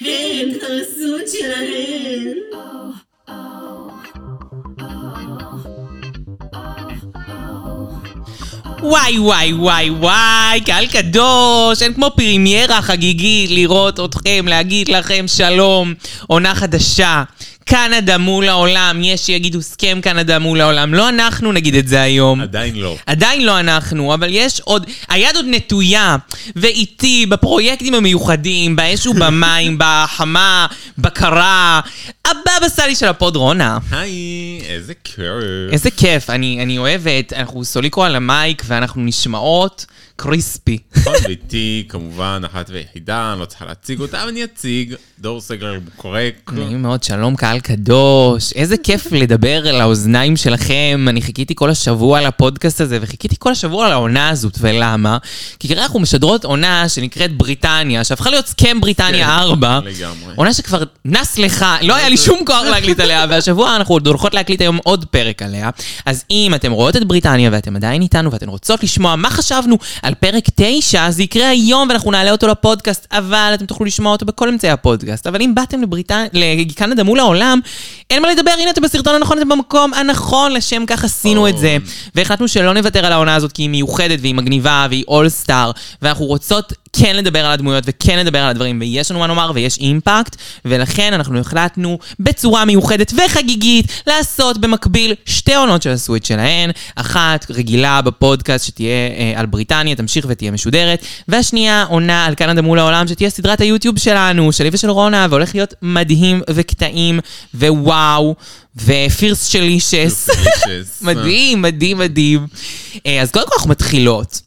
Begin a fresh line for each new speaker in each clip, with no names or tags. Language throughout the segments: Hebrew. הם חרסות שלהם.
וואי וואי וואי וואי, קהל קדוש, אין כמו פרימיירה חגיגית לראות אתכם, להגיד לכם שלום, עונה חדשה. קנדה מול העולם, יש שיגידו סכם קנדה מול העולם. לא אנחנו נגיד את זה היום.
עדיין לא.
עדיין לא אנחנו, אבל יש עוד, היד עוד נטויה, ואיתי בפרויקטים המיוחדים, באש ובמים, בחמה, בקרה, הבבא סאלי של הפוד רונה.
היי, איזה כיף.
איזה כיף, אני, אני אוהבת, אנחנו סוליקו על המייק ואנחנו נשמעות קריספי.
נכון, ואיתי, כמובן, אחת ויחידה, אני לא צריכה להציג אותה, אבל אני אציג. דור סגל קורק.
נעים מאוד, שלום קהל קדוש, איזה כיף לדבר על האוזניים שלכם, אני חיכיתי כל השבוע לפודקאסט הזה וחיכיתי כל השבוע לעונה הזאת, ולמה? כי כרגע אנחנו משדרות עונה שנקראת בריטניה, שהפכה להיות סכם
כן,
בריטניה 4,
לגמרי.
עונה שכבר נס לך, לא היה לי שום כוח להקליט עליה, והשבוע אנחנו עוד הולכות להקליט היום עוד פרק עליה. אז אם אתם רואות את בריטניה ואתם עדיין איתנו ואתן רוצות לשמוע מה חשבנו על פרק 9, זה יקרה היום ואנחנו נעלה אותו לפודקאסט, אבל אתם תוכלו לשמוע אותו בכל אמצעי הפודקאסט. אבל אם באתם לבריטניה, לקנדה מול העולם, אין מה לדבר, הנה אתם בסרטון הנכון, אתם במקום הנכון, לשם כך עשינו את זה. והחלטנו שלא נוותר על העונה הזאת כי היא מיוחדת והיא מגניבה והיא אולסטאר, ואנחנו רוצות כן לדבר על הדמויות וכן לדבר על הדברים, ויש לנו מה נאמר ויש אימפקט, ולכן אנחנו החלטנו בצורה מיוחדת וחגיגית לעשות במקביל שתי עונות של הסוויט שלהן, אחת רגילה בפודקאסט שתהיה אה, על בריטניה, תמשיך ותהיה משודרת, והשנייה עונה על קנדה מול העולם שתהיה סדרת היוטיוב שלנו, שלי ושל רונה, והולך להיות מדהים וקטעים, ווואו, ופירס שלישס.
אה.
מדהים, מדהים, מדהים. אה, אז קודם כל אנחנו מתחילות.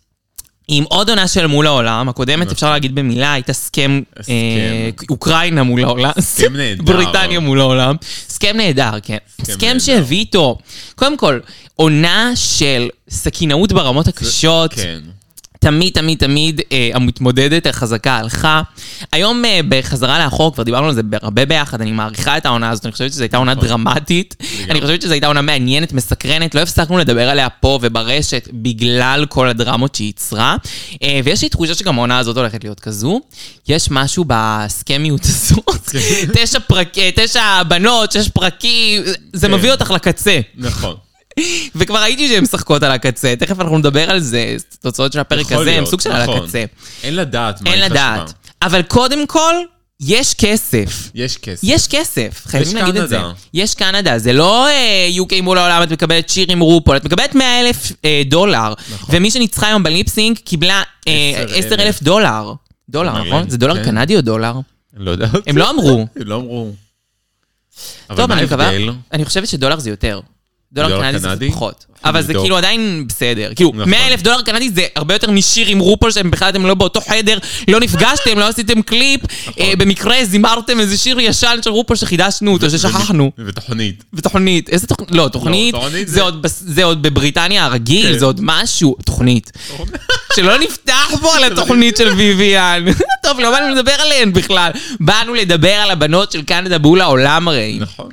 עם עוד עונה של מול העולם, הקודמת אפשר להגיד במילה, הייתה סכם אה,
הסכם.
אוקראינה מול העולם,
הסכם נהדר.
בריטניה מול העולם, סכם נהדר, כן.
הסכם
סכם
נהדר.
שהביא איתו, קודם כל, עונה של סכינאות ברמות הקשות,
כן.
תמיד, תמיד, תמיד אה, המתמודדת החזקה הלכה. היום אה, בחזרה לאחור, כבר דיברנו על זה הרבה ביחד, אני מעריכה את העונה הזאת, אני חושבת שזו הייתה עונה דרמטית. אני חושבת שזו הייתה עונה מעניינת, מסקרנת, לא הפסקנו לדבר עליה פה וברשת בגלל כל הדרמות שהיא ייצרה. אה, ויש לי תחושה שגם העונה הזאת הולכת להיות כזו. יש משהו בסכמיות הזאת, תשע פרק- אה, תשע בנות, שש פרקים, זה
כן.
מביא אותך לקצה.
נכון.
וכבר ראיתי שהן משחקות על הקצה, תכף אנחנו נדבר על זה, תוצאות של הפרק
יכול
הזה הן
להיות,
סוג של על
נכון.
הקצה.
אין לדעת מה
אין
היא חשבה.
לדעת. אבל קודם כל, יש כסף.
יש כסף.
יש כסף, חייבים
יש
להגיד את זה.
קנדה.
יש קנדה, זה לא אה, UK מול העולם, את מקבלת שיר עם רופול, את מקבלת 100 אלף אה, דולר.
נכון.
ומי שניצחה היום בליפסינג קיבלה אה,
10,000.
10 אלף דולר. דולר,
מלא,
נכון? זה דולר
כן.
קנדי או דולר?
אני לא יודעת.
הם לא אמרו.
הם לא אמרו. אבל
טוב,
מה
אני מקווה...
ההבדל?
אני חושבת שדולר זה יותר. דולר
דולר
קנדי זה
קנדי?
פחות. אבל זה
נבדוק.
כאילו עדיין בסדר. כאילו,
נכון.
100 אלף דולר קנדי זה הרבה יותר משיר עם רופול, שהם בכלל אתם לא באותו חדר, לא נפגשתם, לא עשיתם קליפ,
נכון.
אה, במקרה זימרתם איזה שיר ישן של רופול שחידשנו אותו, ששכחנו.
ותוכנית.
ותוכנית, איזה תוכנית? לא, תוכנית,
תוכנית
זה
זה-
עוד בס- זה עוד בבריטניה הרגיל,
כן.
זה עוד משהו, תוכנית. שלא נפתח פה על התוכנית של ויויאן. טוב, לא באנו לדבר עליהן בכלל. באנו לדבר על הבנות של קנדה בול העולם הרי.
נכון.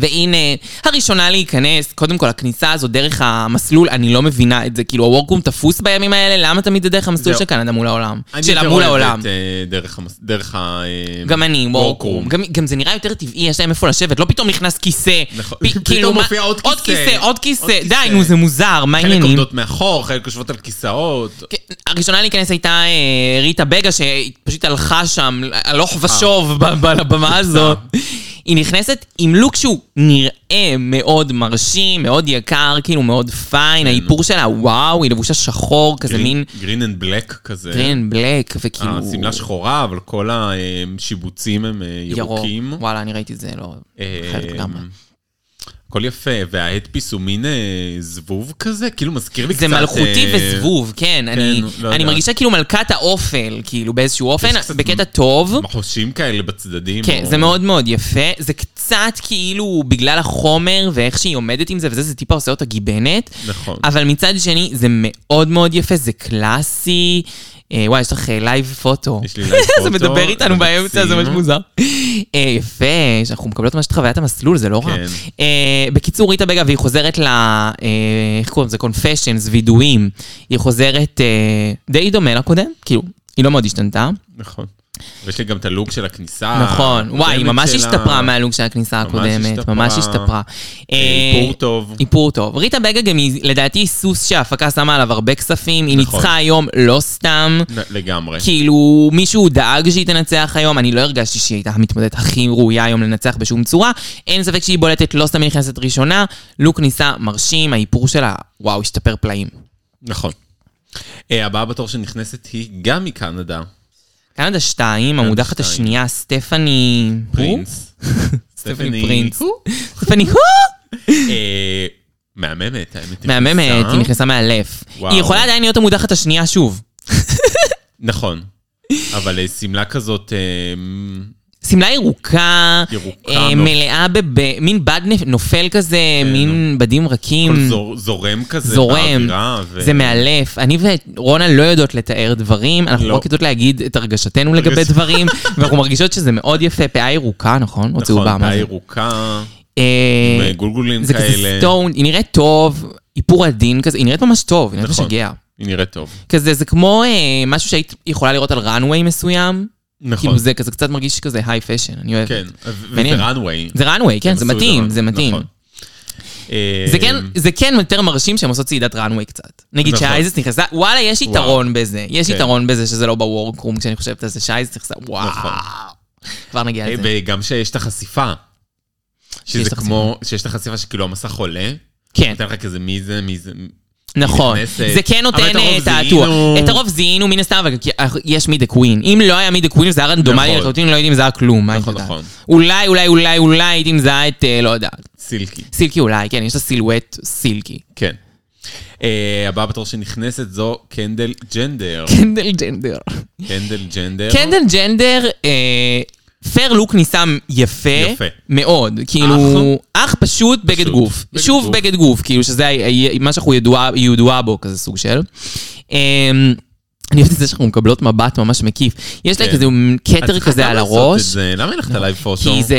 והנה, הראשונה להיכנס, קודם כל, הכניסה הזו דרך המסלול, אני לא מבינה את זה. כאילו, הוורקום תפוס בימים האלה, למה תמיד זה דרך המסלול
זהו.
של קנדה מול העולם?
אני
שלה
יותר
מול
אוהב
העולם.
את, אה, דרך המס- דרך ה... אה,
גם אני, וורקרום.
וורקרום.
גם, גם זה נראה יותר טבעי, יש להם איפה לשבת, לא פתאום נכנס כיסא.
נכון.
פ- כאילו,
פתאום
מה-
מופיע עוד
עוד
כיסא.
כיסא, עוד
עוד
כיסא. די,
כיסא.
נו, זה מוזר, מה
חלק
העניינים?
עומדות מאחור, חלק יושבות על כיסאות.
כן, הראשונה להיכנס הייתה אה, ריטה בגה, שפשוט הלכה שם, הלוך
אה.
ושוב ב- ב- לבמה הזאת. היא נכנסת עם לוק שהוא נראה מאוד מרשים, מאוד יקר, כאילו מאוד
כן.
פיין, האיפור שלה, וואו, היא לבושה שחור,
אה.
כזה מין
גרין אנד בלק כזה.
גרין כאילו- בלק, וכאילו...
השמלה שחורה, אבל כל השיבוצים הם אה,
ירוק.
ירוקים.
וואלה, אני ראיתי את זה, לא...
אה,
חייבת לגמרי.
הכל יפה, וההדפיס הוא מין אה, זבוב כזה, כאילו מזכיר לי קצת...
זה מלכותי
אה,
וזבוב, כן. אני,
לא
אני
יודע.
מרגישה כאילו מלכת האופל, כאילו, באיזשהו אופן,
קצת
בקטע טוב.
מחושים כאלה בצדדים.
כן,
או-
זה מאוד מאוד יפה. זה קצת כאילו בגלל החומר ואיך שהיא עומדת עם זה וזה, זה טיפה עושה אותה גיבנת.
נכון.
אבל מצד שני, זה מאוד מאוד יפה, זה קלאסי. אה, וואי, יש לך לייב פוטו.
יש לי לייב
זה
פוטו,
מדבר איתנו
זה
באמצע, זה ממש
מקסים.
מוזר. אה, יפה, שאנחנו מקבלות ממש את חוויית המסלול, זה לא רע.
כן.
אה, בקיצור, ריטה בגה, והיא חוזרת ל... אה, איך קוראים לזה? קונפשיינס, וידויים. היא חוזרת אה, די דומה לקודם, כאילו, היא לא מאוד השתנתה.
נכון. ויש לי גם את הלוק של הכניסה.
נכון, וואי, היא
הקודמת
ממש
שלה.
השתפרה מהלוק של הכניסה
ממש
הקודמת,
השתפרה.
ממש השתפרה. אה,
איפור טוב.
איפור טוב. ריטה בגה גם היא, לדעתי, סוס שההפקה שמה עליו הרבה כספים, היא
נכון.
ניצחה היום לא סתם.
נ- לגמרי.
כאילו, מישהו דאג שהיא תנצח היום, אני לא הרגשתי שהיא הייתה המתמודדת הכי ראויה היום לנצח בשום צורה. אין ספק שהיא בולטת, לא סתם היא נכנסת ראשונה. לוק ניסה מרשים, האיפור שלה, וואו, השתפר פלאים.
נכון. אה, הבאה בתור שנכנסת היא גם מקנדה,
קנדה 2, המודחת
שתיים.
השנייה, סטפני...
פרינס.
סטפני פרינס. סטפני הו!
אה, מהממת, האמת. היא
מהממת,
נכנסה.
היא נכנסה מהלף.
וואו.
היא יכולה עדיין להיות המודחת השנייה שוב.
נכון. אבל אה, שמלה כזאת... אה,
שמלה ירוקה,
ירוקה
אה,
מאוד.
מלאה במין בד נפ- נופל כזה, מין בדים רכים.
כן, הכל זור- זורם כזה
זורם,
באווירה. ו-
זה מאלף. אני ורונה לא יודעות לתאר דברים, אנחנו
לא.
רק יודעות להגיד את הרגשתנו לגבי
הרגש-
דברים, ואנחנו מרגישות שזה מאוד יפה. פאה ירוקה, נכון? הוציאו
נכון,
באמה.
פאה ירוקה,
אה,
גולגולים
זה כזה
כאלה.
סטון, היא נראית טוב, איפור עדין כזה, היא נראית ממש טוב, היא נראית
נכון.
משגע.
היא נראית טוב.
כזה, זה כמו אה, משהו שהיית יכולה לראות על ראנוויי מסוים.
נכון.
כאילו זה כזה קצת מרגיש כזה היי פשן, אני אוהבת.
כן, ו- וזה
מעניין.
runway.
זה ראנוויי, כן, זה
הם עשו את
מתאים,
runway,
זה מתאים.
נכון. אה,
זה כן, זה כן יותר מרשים שהם עושות צעידת ראנוויי קצת. נגיד
נכון.
שאייזס נכנסה, וואלה, יש יתרון בזה. יש
כן.
יתרון בזה שזה לא בוורקרום כשאני חושבת על זה, שאייזס נכנסה, וואו.
נכון.
כבר נגיע
אה,
לזה.
וגם שיש את החשיפה.
שיש
שזה
את החשיפה.
כמו, שיש את החשיפה שכאילו המסך עולה.
כן,
נותן לך כזה מי זה, מי זה.
נכון.
נכנסת.
זה כן
אבל
נותן
את הרוב
אה, תעתוע.
זיהינו.
את הרוב זיהינו מן הסתם, אבל כי- אה, יש מי דה קווין. אם לא היה מי דה קווין, זה היה רנדומלי
נכון.
לחלוטין, לא הייתי מזהה כלום, מה הייתי
נכון,
יודעת.
נכון.
אולי, אולי, אולי, אולי הייתי מזהה את, אה, לא יודעת.
סילקי,
סילקי אולי, כן, יש לה סילואט סילקי.
כן. אה, הבאה בתור שנכנסת זו קנדל ג'נדר.
קנדל ג'נדר.
קנדל ג'נדר.
כן. קנדל כן, ג'נדר, פייר לוק ניסה יפה,
יפה.
מאוד, כאילו, אך פשוט בגד
פשוט,
גוף,
בגד
שוב
גוף.
בגד גוף, כאילו שזה ה- ה- מה שאנחנו ידועה- ידועה בו, כזה סוג של. אמ, אני אוהבת את זה שאנחנו מקבלות מבט ממש מקיף, יש לה
כן.
כזה
את
כתר
צריכה
כזה
גם
על
לעשות את
הראש,
זה. למה אין לך את הלייב פוטו?
כי זה,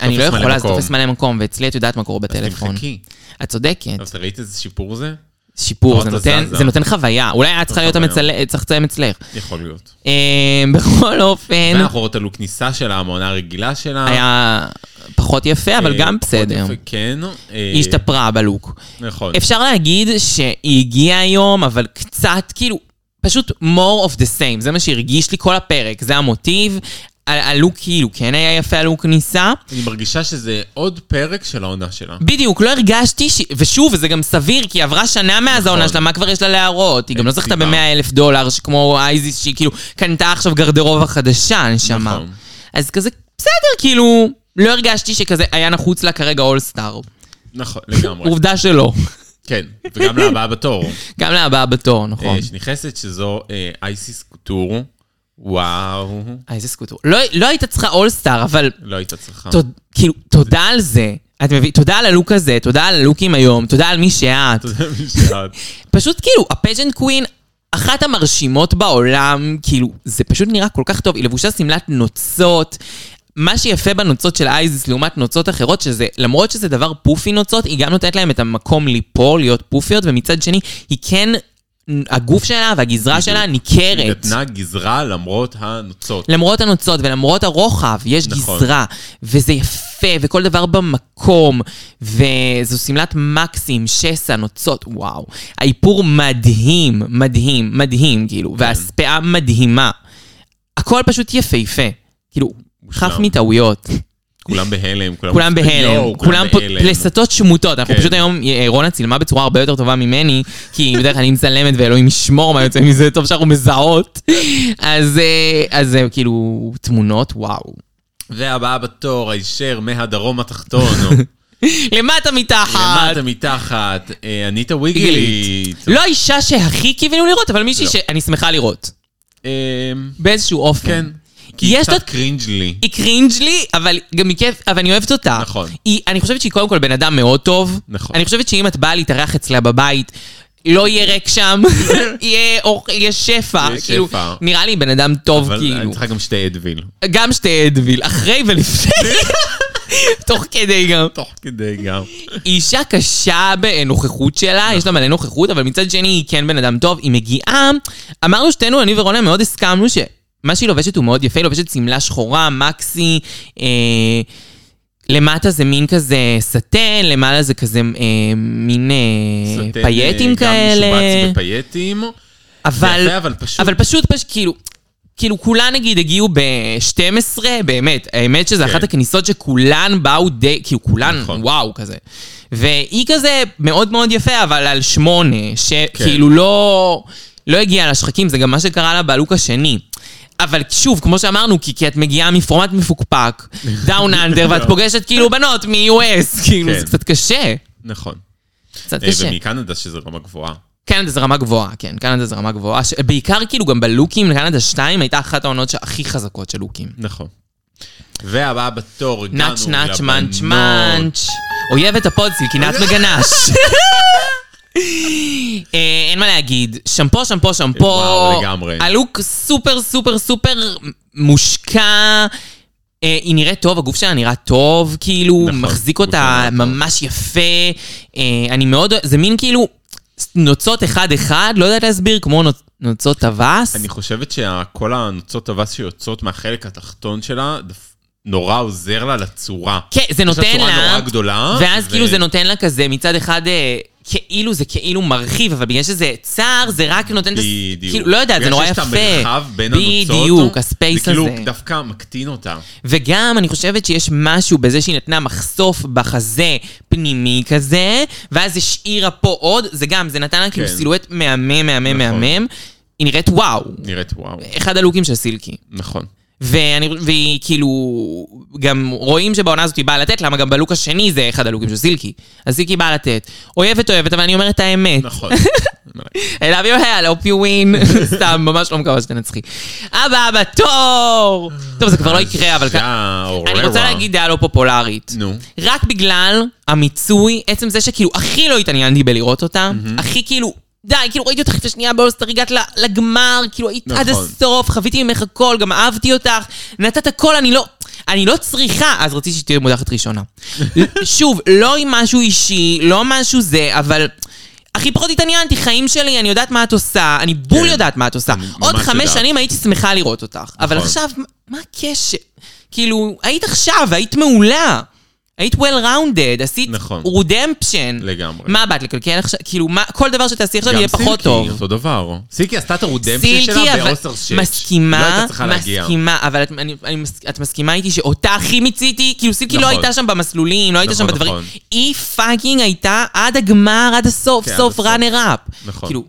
אני לא
תופס מלא
יכולה, זה
מקום.
תופס מלא מקום, ואצלי את יודעת מה קורה בטלפון.
תמחקי.
את צודקת,
אבל ראית איזה שיפור זה?
שיפור,
מאוד
זה נותן-
לא, זזה. לא
זה נותן חוויה, אולי את צריכה להיות
חוויה.
המצלם, צריך לצלם אצלך.
יכול להיות.
אמ, בכל אופן...
ואנחנו רואות עלו כניסה שלה, המעונה הרגילה שלה.
היה פחות יפה, אבל
אה,
גם
פחות
בסדר.
יפה, כן. אה,
היא השתפרה בלוק.
נכון.
אפשר להגיד שהיא הגיעה היום, אבל קצת כאילו, פשוט more of the same, זה מה שהרגיש לי כל הפרק, זה המוטיב. ה- הלוק כאילו כן היה יפה, הלוק ניסה.
אני מרגישה שזה עוד פרק של העונה שלה.
בדיוק, לא הרגשתי, ש... ושוב, זה גם סביר, כי עברה שנה מאז העונה שלה, מה כבר יש לה להראות? נכון. היא גם לא זכתה
סיבה.
ב-100 אלף דולר, שכמו אייזיס, שהיא כאילו קנתה עכשיו גרדרובה חדשה, נשמה.
נכון.
אז כזה, בסדר, כאילו, לא הרגשתי שכזה היה נחוץ לה כרגע אולסטאר.
נכון, לגמרי.
עובדה שלא.
כן, וגם להבאה בתור.
גם להבאה בתור,
אה,
נכון.
שנכנסת שזו אה, אייסיס קוטור. וואו.
אה, איזה סקוטור. לא- לא היית צריכה אולסטאר, אבל
לא הייתה צריכה.
תוד- כאילו, תודה על זה. את מבין? תודה על הלוק הזה, תודה על הלוקים היום, תודה על מי שאת.
אתה יודע מי שאת.
פשוט כאילו, הפג'נט קווין, אחת המרשימות בעולם, כאילו, זה פשוט נראה כל כך טוב. היא לבושה שמלת נוצות. מה שיפה בנוצות של אייזיס לעומת נוצות אחרות, שזה, למרות שזה דבר פופי נוצות, היא גם נותנת להם את המקום ליפול, להיות פופיות, ומצד שני, היא כן, הגוף שלה והגזרה שלה ניכרת.
היא נתנה גזרה למרות הנוצות.
למרות הנוצות ולמרות הרוחב, יש נכון.
נכון.
גזרה, וזה יפה, וכל דבר במקום, וזו שמלת מקסים, שסע, נוצות, וואו. האיפור מדהים, מדהים, מדהים, כאילו,
כן.
והספאה מדהימה. הכל פשוט יפהפה. כאילו,
מושלם.
חף מטעויות.
כולם בהלם.
כולם בהלם,
יואו,
כולם פה
בהלם.
פלסתות שמוטות. אנחנו
כן.
פשוט היום, אה, רונה צילמה בצורה הרבה יותר טובה ממני, כי בדרך כלל אני מצלמת ואלוהים ישמור מה יוצא מזה, טוב שאנחנו מזהות. אז אה, אז זה כאילו תמונות, וואו.
והבאה בתור, הישר מהדרום התחתון.
למטה מתחת.
למטה מתחת, אה, אניטה
גילית.
ויגלית.
לא האישה שהכי קיווינו לראות, אבל מישהי
לא.
שאני שמחה לראות.
אמ,
באיזשהו אופן.
כן. כי היא
יש לה-
קצת קרינג' לי.
היא קרינג' לי, אבל גם היא כיף, אבל אני אוהבת אותה.
נכון.
היא, אני חושבת שהיא קודם כל בן אדם מאוד טוב.
נכון.
אני חושבת שאם את באה להתארח אצלה בבית, לא יהיה ריק שם, יהיה, אור, יהיה שפע.
יהיה
כאילו,
שפע.
נראה לי בן אדם טוב,
אבל
כאילו.
אני צריכה גם שתי אדוויל.
גם שתי אדוויל, אחרי ולפני. תוך כדי גם.
תוך כדי גם.
היא אישה קשה בנוכחות שלה, יש לה מלא נוכחות, אבל מצד שני היא כן בן אדם טוב, היא מגיעה. אמרנו שתינו, אני ורונה מאוד הסכמנו ש... מה שהיא לובשת הוא מאוד יפה, היא לובשת שמלה שחורה, מקסי, אה, למטה זה מין כזה סטן, למעלה זה כזה אה, מין אה,
סטן,
פייטים
אה,
כאלה.
גם משובץ בפייטים.
אבל,
זה יפה, אבל פשוט-
אבל פשוט, פש, כאילו, כאילו כולן נגיד הגיעו ב-12, באמת, האמת שזה
כן.
אחת הכניסות שכולן באו די, כאילו כולן,
נכון.
וואו, כזה. והיא כזה מאוד מאוד יפה, אבל על שמונה,
כן.
שכאילו לא, לא הגיעה לשחקים, זה גם מה שקרה לה בלוק השני. אבל שוב, כמו שאמרנו, כי, כי את מגיעה מפורמט מפוקפק, דאון אנדר, ואת פוגשת כאילו בנות מ-US, כאילו,
לא. כן.
זה קצת קשה.
נכון.
קצת
אה,
קשה.
ומקנדה שזה רמה גבוהה.
קנדה זה רמה גבוהה, כן, קנדה זה רמה גבוהה. ש... בעיקר כאילו גם בלוקים, קנדה 2 הייתה אחת העונות הכי חזקות של לוקים.
נכון. והבאה בתור, הגענו
נאץ' נאץ' מאנץ'
לבנות.
מאנץ'. אויבת הפודסיל, כי נאץ' מגנש. אה, אין מה להגיד, שמפו, שמפו, שמפו.
וואו, לגמרי.
הלוק סופר, סופר, סופר מושקע. אה, היא נראית טוב, הגוף שלה נראה טוב, כאילו,
נכון,
מחזיק
גוף שלה
אותה
נראה טוב.
ממש יפה. אה, אני מאוד, זה מין כאילו נוצות אחד-אחד, לא יודעת להסביר, כמו נוצ- נוצות טווס.
אני חושבת שכל הנוצות אבס שיוצאות מהחלק התחתון שלה, דפ- נורא עוזר לה לצורה.
כן, זה נותן לה...
יש לה צורה נורא גדולה.
ואז
ו-
כאילו זה נותן לה כזה, מצד אחד, אה, כאילו זה כאילו מרחיב, אבל בגלל שזה צר, זה רק נותן... את הס-
בדיוק.
כאילו, לא יודעת, זה נורא יפה.
בגלל שיש את המרחב בין הנוצות.
בדיוק, הספייס
זה
הזה.
כאילו דווקא מקטין אותה.
וגם, אני חושבת שיש משהו בזה שהיא נתנה מחשוף בחזה פנימי כזה, ואז השאירה פה עוד, זה גם, זה נתן לה כאילו
כן.
סילואט מהמם, מהמם,
נכון.
מהמם. היא נראית וואו.
נראית וואו.
אחד הלוקים של סילקי.
נכון.
ואני, והיא כאילו, גם רואים שבעונה הזאת היא באה לתת, למה גם בלוק השני זה אחד הלוקים של סילקי. אז סילקי באה לתת. אוהבת אוהבת, אבל אני אומרת את האמת.
נכון.
I love your hair, I hope you win. סתם, ממש לא מקווה שתנצחי. הבא בתור! טוב, זה כבר לא יקרה, אבל... כ- אני רוצה להגיד דעה לא פופולרית.
נו.
רק בגלל המיצוי, עצם זה שכאילו הכי לא התעניינתי בלראות אותה, הכי כאילו, די, כאילו ראיתי אותך את השנייה באולסטר, הגעת ל- לגמר, כאילו היית עד
נכון.
הסוף, חוויתי ממך הכל, גם אהבתי אותך, נתת הכל, אני לא... אני לא צריכה, אז רציתי שתהיה מודחת ראשונה. שוב, לא עם משהו אישי, לא משהו זה, אבל... הכי פחות התעניינתי, חיים שלי, אני יודעת מה את עושה, אני בול
כן.
יודעת מה את עושה.
אני
עוד
ממש
חמש
יודעת.
שנים הייתי שמחה לראות אותך, אבל
נכון.
עכשיו, מה הקשר? כאילו, היית עכשיו, היית מעולה. היית well-rounded, עשית
נכון.
רודמפשן.
לגמרי.
מה באת לקלקל עכשיו? כאילו, מה, כל דבר שתעשי עכשיו יהיה פחות טוב.
גם סילקי, אותו דבר. סילקי עשתה את הרודמפשן
סילקי,
שלה
אבל
באוסטר 6. לא
מסכימה,
הייתה צריכה להגיע.
מסכימה, אבל את, אני, אני, מס- את מסכימה איתי שאותה הכי מיציתי, כאילו סילקי לא
נכון.
הייתה שם במסלולים, לא הייתה
נכון,
שם בדברים.
נכון.
היא פאקינג הייתה עד הגמר, עד הסוף,
כן, עד
סוף
הסוף.
ראנר אפ.
נכון.
כאילו,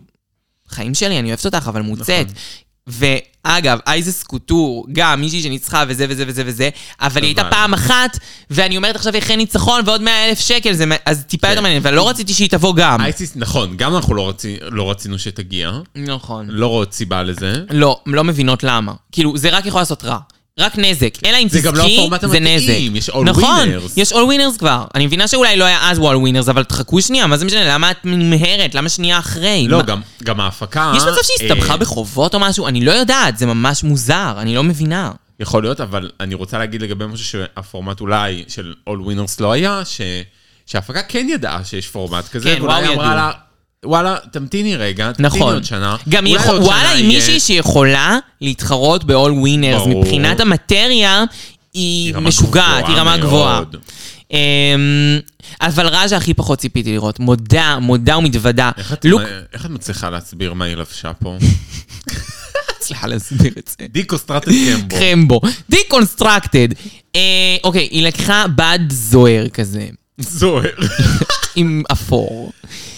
חיים שלי, אני אוהבת אותך, אבל מוצאת.
נכון.
ואגב, אייזס קוטור, גם מישהי שניצחה וזה וזה וזה וזה, אבל היא הייתה
הבנתי.
פעם אחת, ואני אומרת עכשיו אחרי ניצחון ועוד 100 אלף שקל, זה מ- אז טיפה
כן.
יותר מעניין, אבל לא רציתי שהיא תבוא גם.
אייסיס, נכון, גם אנחנו לא רצי- לא רצינו שתגיע.
נכון.
לא רואות סיבה לזה.
לא, לא מבינות למה. כאילו, זה רק יכול לעשות רע. רק נזק. אלא אם
זה
תזכי,
גם לא הפורמט
זה
המתאים,
נזק.
יש all
נכון,
winners.
יש all winners כבר. אני מבינה שאולי לא היה אז all winners, אבל תחכו שנייה, מה זה משנה? למה את ממהרת? למה שנייה אחרי?
לא,
מה-
גם- גם ההפקה...
יש מצב שהיא הסתבכה
אה,
בחובות או משהו? אני לא יודעת, זה ממש מוזר, אני לא מבינה.
יכול להיות, אבל אני רוצה להגיד לגבי משהו שהפורמט אולי של All Winners לא היה, ש... שההפקה כן ידעה שיש פורמט כזה,
כן,
ואולי
וואו,
היא אמרה
ידעו.
לה, וואלה, תמתיני רגע, תמתיני
נכון.
עוד שנה.
גם היא
אולי
יכול-
עוד שנה
וואלה, היא
יהיה."
מישהי שיכולה להתחרות ב-all winners.
ברור.
מבחינת המטריה, היא
רמה
משוגעת, היא
גבוהה
רמה
מאוד.
גבוהה. אמ, אבל רג'ה הכי פחות ציפיתי לראות. מודה, מודה ומתוודה.
איך את-
לוק,
איך את מצליחה להסביר מה היא לבשה פה?
סליחה להסביר את זה.
דיקוסטרטד קמבו.
קרמבו. דיקונסטרקטד. אה, אוקיי, היא לקחה בד זוהר כזה,
זוהר.
עם אפור.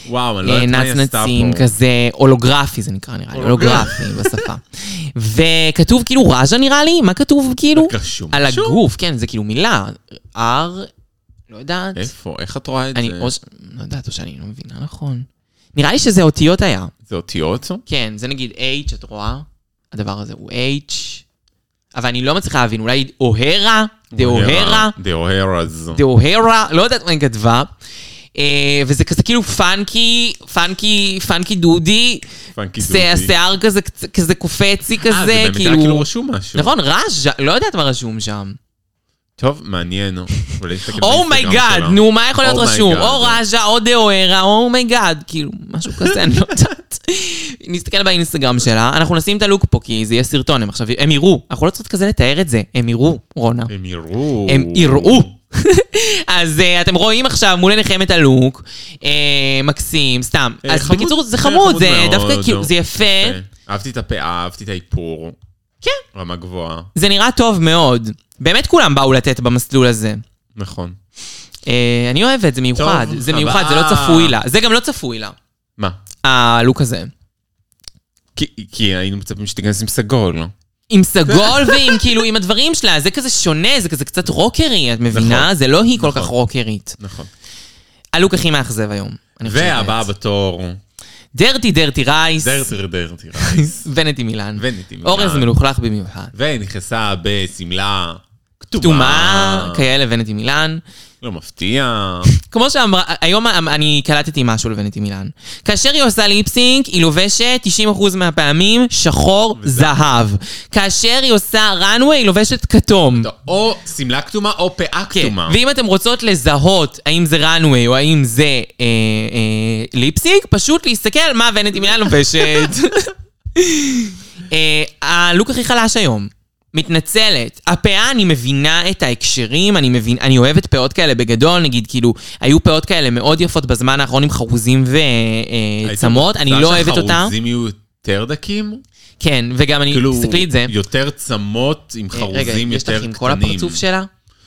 וואו, אני לא
אה,
יודעת מה היא עשתה
נצנצים
פה.
כזה, הולוגרפי זה נקרא נראה לי,
הולוגרפי.
הולוגרפי בשפה. וכתוב כאילו ראז'ה נראה לי, מה כתוב כאילו?
קשור.
על
קשור.
הגוף, כן, זה כאילו מילה. R, לא יודעת.
איפה? איך את רואה את
אני
זה?
או ש... לא יודעת, או שאני לא מבינה נכון. נראה לי שזה אותיות היה.
זה אותיות?
כן, זה נגיד H, את רואה? הדבר הזה הוא H. אבל אני לא מצליחה להבין, אולי אוהרה? דאוהרה?
דאוהרז.
דאוהרה? לא יודעת מה היא כתבה. אה, וזה כזה כאילו פאנקי, פאנקי, פאנקי דודי.
פאנקי
זה-
דודי.
השיער כזה, קצ- כזה קופצי
אה, זה
כזה,
באמת היה כאילו
כאילו...
רשום משהו.
נכון, רז', לא יודעת מה רשום שם.
טוב, מעניין. אולי להסתכל באינסטגרם
אומייגאד,
שלה.
Oh נו, מה יכול להיות
Oh my
רשום?
God.
או רג'ה, או דאוהרה, אומייגאד, כאילו, משהו כזה, אני לא יודעת. נסתכל באינסטגרם שלה, אנחנו נשים את הלוק פה, כי זה יהיה סרטון, הם עכשיו, הם יראו. אנחנו לא צריכות כזה לתאר את זה, הם יראו, רונה.
הם יראו.
הם יראו. אז אה, אתם רואים עכשיו מול עיניכם את הלוק, אה, מקסים, סתם.
אה,
אז
חמוד.
בקיצור, זה
כן,
חמוד, זה
מאוד,
דווקא כאילו,
נו.
זה יפה.
כן. אהבתי את הפאה, אהבתי את האיפור.
כן.
רמה גבוהה.
זה נראה טוב מאוד. באמת כולם באו לתת במסלול הזה.
נכון.
אה, אני אוהב את זה מיוחד.
טוב,
זה מיוחד, זה לא
הבאה.
צפוי לה. זה גם לא צפוי לה,
מה?
הלוק הזה.
כי- כי היינו מצפים שתיכנס עם סגול. לא?
עם סגול ועם כאילו, עם הדברים שלה, זה כזה שונה, זה כזה קצת רוקרי, את מבינה?
נכון.
זה לא היא כל
נכון.
כך רוקרית.
נכון.
הלוק הכי מאכזב היום. אני חושבת.
והבאה בתור.
דרטי דרטי רייס,
דרטר דרטי רייס.
ונטי מילן.
ונטי מילן.
אורז מלוכלך במיוחד.
ונכנסה בשמלה כתומה.
כתומה, כן. כאלה ונטי מילן.
לא מפתיע.
כמו שאמרה, היום אני קלטתי משהו לבנטי מילן. כאשר היא עושה ליפסינק, היא לובשת 90% מהפעמים שחור זהב. כאשר היא עושה runway, היא לובשת כתום.
לא, או שמלה כתומה או פאה
כן.
כתומה.
ואם אתם רוצות לזהות האם זה runway או האם זה אה, אה, ליפסינק, פשוט להסתכל מה ונטי מילן לובשת. אה, הלוק הכי חלש היום. מתנצלת. הפאה, אני מבינה את ההקשרים, אני מבין, אני אוהבת פאות כאלה בגדול, נגיד, כאילו, היו פאות כאלה מאוד יפות בזמן האחרון עם חרוזים
הייתי
וצמות, אני
רוצה
לא אוהבת אותה.
שהחרוזים יהיו יותר דקים?
כן, וגם אני,
כאילו,
תסתכלי את זה. אה,
יותר צמות עם חרוזים יותר
רגע,
קטנים.
יש לך עם כל הפרצוף שלה?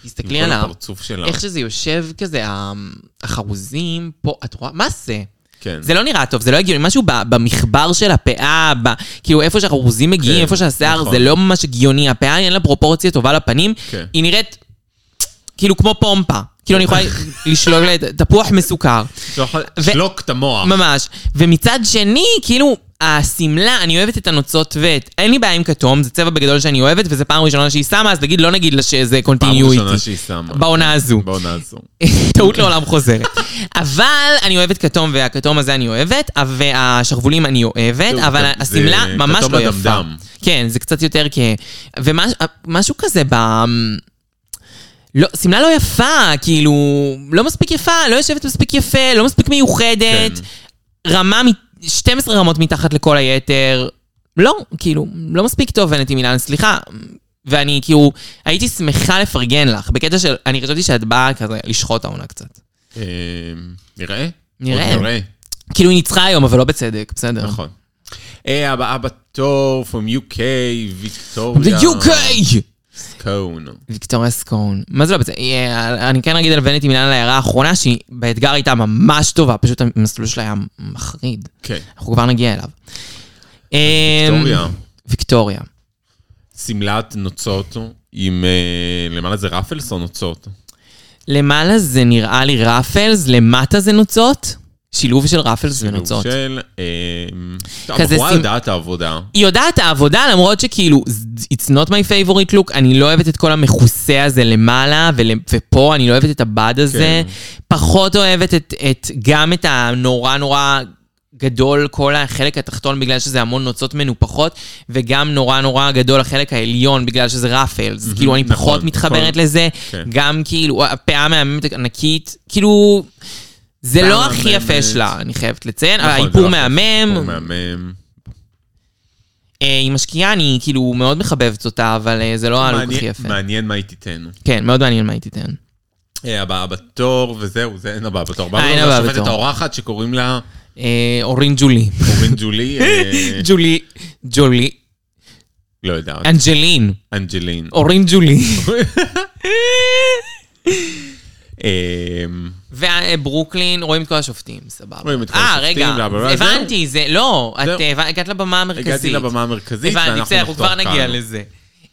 תסתכלי
עם כל
עליו.
הפרצוף שלה.
איך שזה יושב כזה, ה- החרוזים פה, את רואה? מה זה?
כן.
זה לא נראה טוב, זה לא הגיוני, משהו ב- במחבר של הפאה, ב, כאילו איפה שהחרוזים מגיעים,
כן,
איפה שהשיער,
נכון.
זה לא ממש הגיוני, הפאה אין לה פרופורציה טובה לפנים,
כן.
היא נראית כאילו כמו פומפה, כאילו אני יכולה לשלול לה את- תפוח מסוכר,
אתה יכול
ו-
לשלוק את המוח.
ממש. ומצד שני, כאילו, השמלה, אני אוהבת את הנוצות ואת, אין לי בעיה עם כתום, זה צבע בגדול שאני אוהבת, וזה פעם ראשונה שהיא שמה, אז נגיד, לא נגיד לה שזה
פעם
קונטיניויטי.
ראשונה שהיא שמה.
בעונה הזו.
בעונה הזו.
טעות לעולם חוזרת. אבל אני אוהבת כתום, והכתום הזה אני אוהבת, והשרוולים אני אוהבת,
זהו,
אבל
זה
השמלה ממש
כתום
לא יפה.
אדמדם.
כן, זה קצת יותר כ... ומשהו כזה ב... לא, שמלה לא יפה, כאילו, לא מספיק יפה, לא יושבת מספיק יפה, לא מספיק
כן.
מיוחדת. רמה, מ- 12 רמות מתחת לכל היתר. לא, כאילו, לא מספיק טוב ונטי מילן, סליחה. ואני כאילו, הייתי שמחה לפרגן לך, בקטע של, אני חשבתי שאת באה כזה לשחוט העונה קצת.
אה, נראה?
נראה.
עוד נראה.
כאילו, היא ניצחה היום, אבל לא בצדק, בסדר.
נכון. אה, הבאה בתור, from UK, ויקטוריה.
The UK!
קון.
ויקטוריה סקון. מה זה לא בצדק? אה, אני כן אגיד על ונטי מילן על ההערה האחרונה, שהיא באתגר הייתה ממש טובה, פשוט המסלול שלה היה מחריד.
כן.
אנחנו כבר נגיע אליו. אה,
ויקטוריה.
ויקטוריה.
שמלת נוצות עם, אה, למעלה זה רפלס או נוצות?
למעלה זה נראה לי רפלס, למטה זה נוצות. שילוב של רפלס ונוצות.
של... אה, טוב,
כזה אה,
הבחורה
סימ-
יודעת העבודה.
היא יודעת את העבודה, למרות שכאילו, it's not my favorite look, אני לא אוהבת את כל המכוסה הזה למעלה, ול, ופה אני לא אוהבת את הבד הזה.
כן.
פחות אוהבת את, את, גם את הנורא נורא גדול, כל החלק התחתון, בגלל שזה המון נוצות מנופחות, וגם נורא נורא גדול החלק העליון, בגלל שזה רפלס. Mm-hmm, כאילו, אני
נכון,
פחות
נכון.
מתחברת לזה.
כן.
גם כאילו, הפאה מהממת ענקית, כאילו... זה
פאה
לא הכי יפה
מהממת.
שלה, אני חייבת לציין.
נכון, זה
האיפור
רפלס,
מהמם,
איפור מהמם.
אה, היא משקיעה, אני כאילו מאוד מחבבת אותה, אבל אה, זה לא הלוק
מעניין-
הכי יפה.
מעניין מה היא תיתן.
כן, מאוד מעניין מה היא תיתן.
אה, הבאה בתור, וזהו, זה אין הבאה בתור. הבאה
אה, אין
בתור,
הבאה
זה השופטת
בתור.
האורחת שקוראים לה
אה, אורין ג'ולי.
אורין ג'ולי, אה,
ג'ולי, ג'ולי,
לא יודעת,
אנג'לין,
אנג'לין.
אורין ג'ולי.
אה,
וברוקלין, רואים את כל השופטים, סבבה.
רואים את כל השופטים,
אה,
בלה, בלה,
רגע,
בלה,
הבנתי, זה, לא, את
זהו.
אה, הבנ- הגעת לבמה המרכזית.
הגעתי לבמה המרכזית,
הבנתי,
ואנחנו
בסדר, אנחנו
נחתוך
כבר נגיע
כאן.
לזה.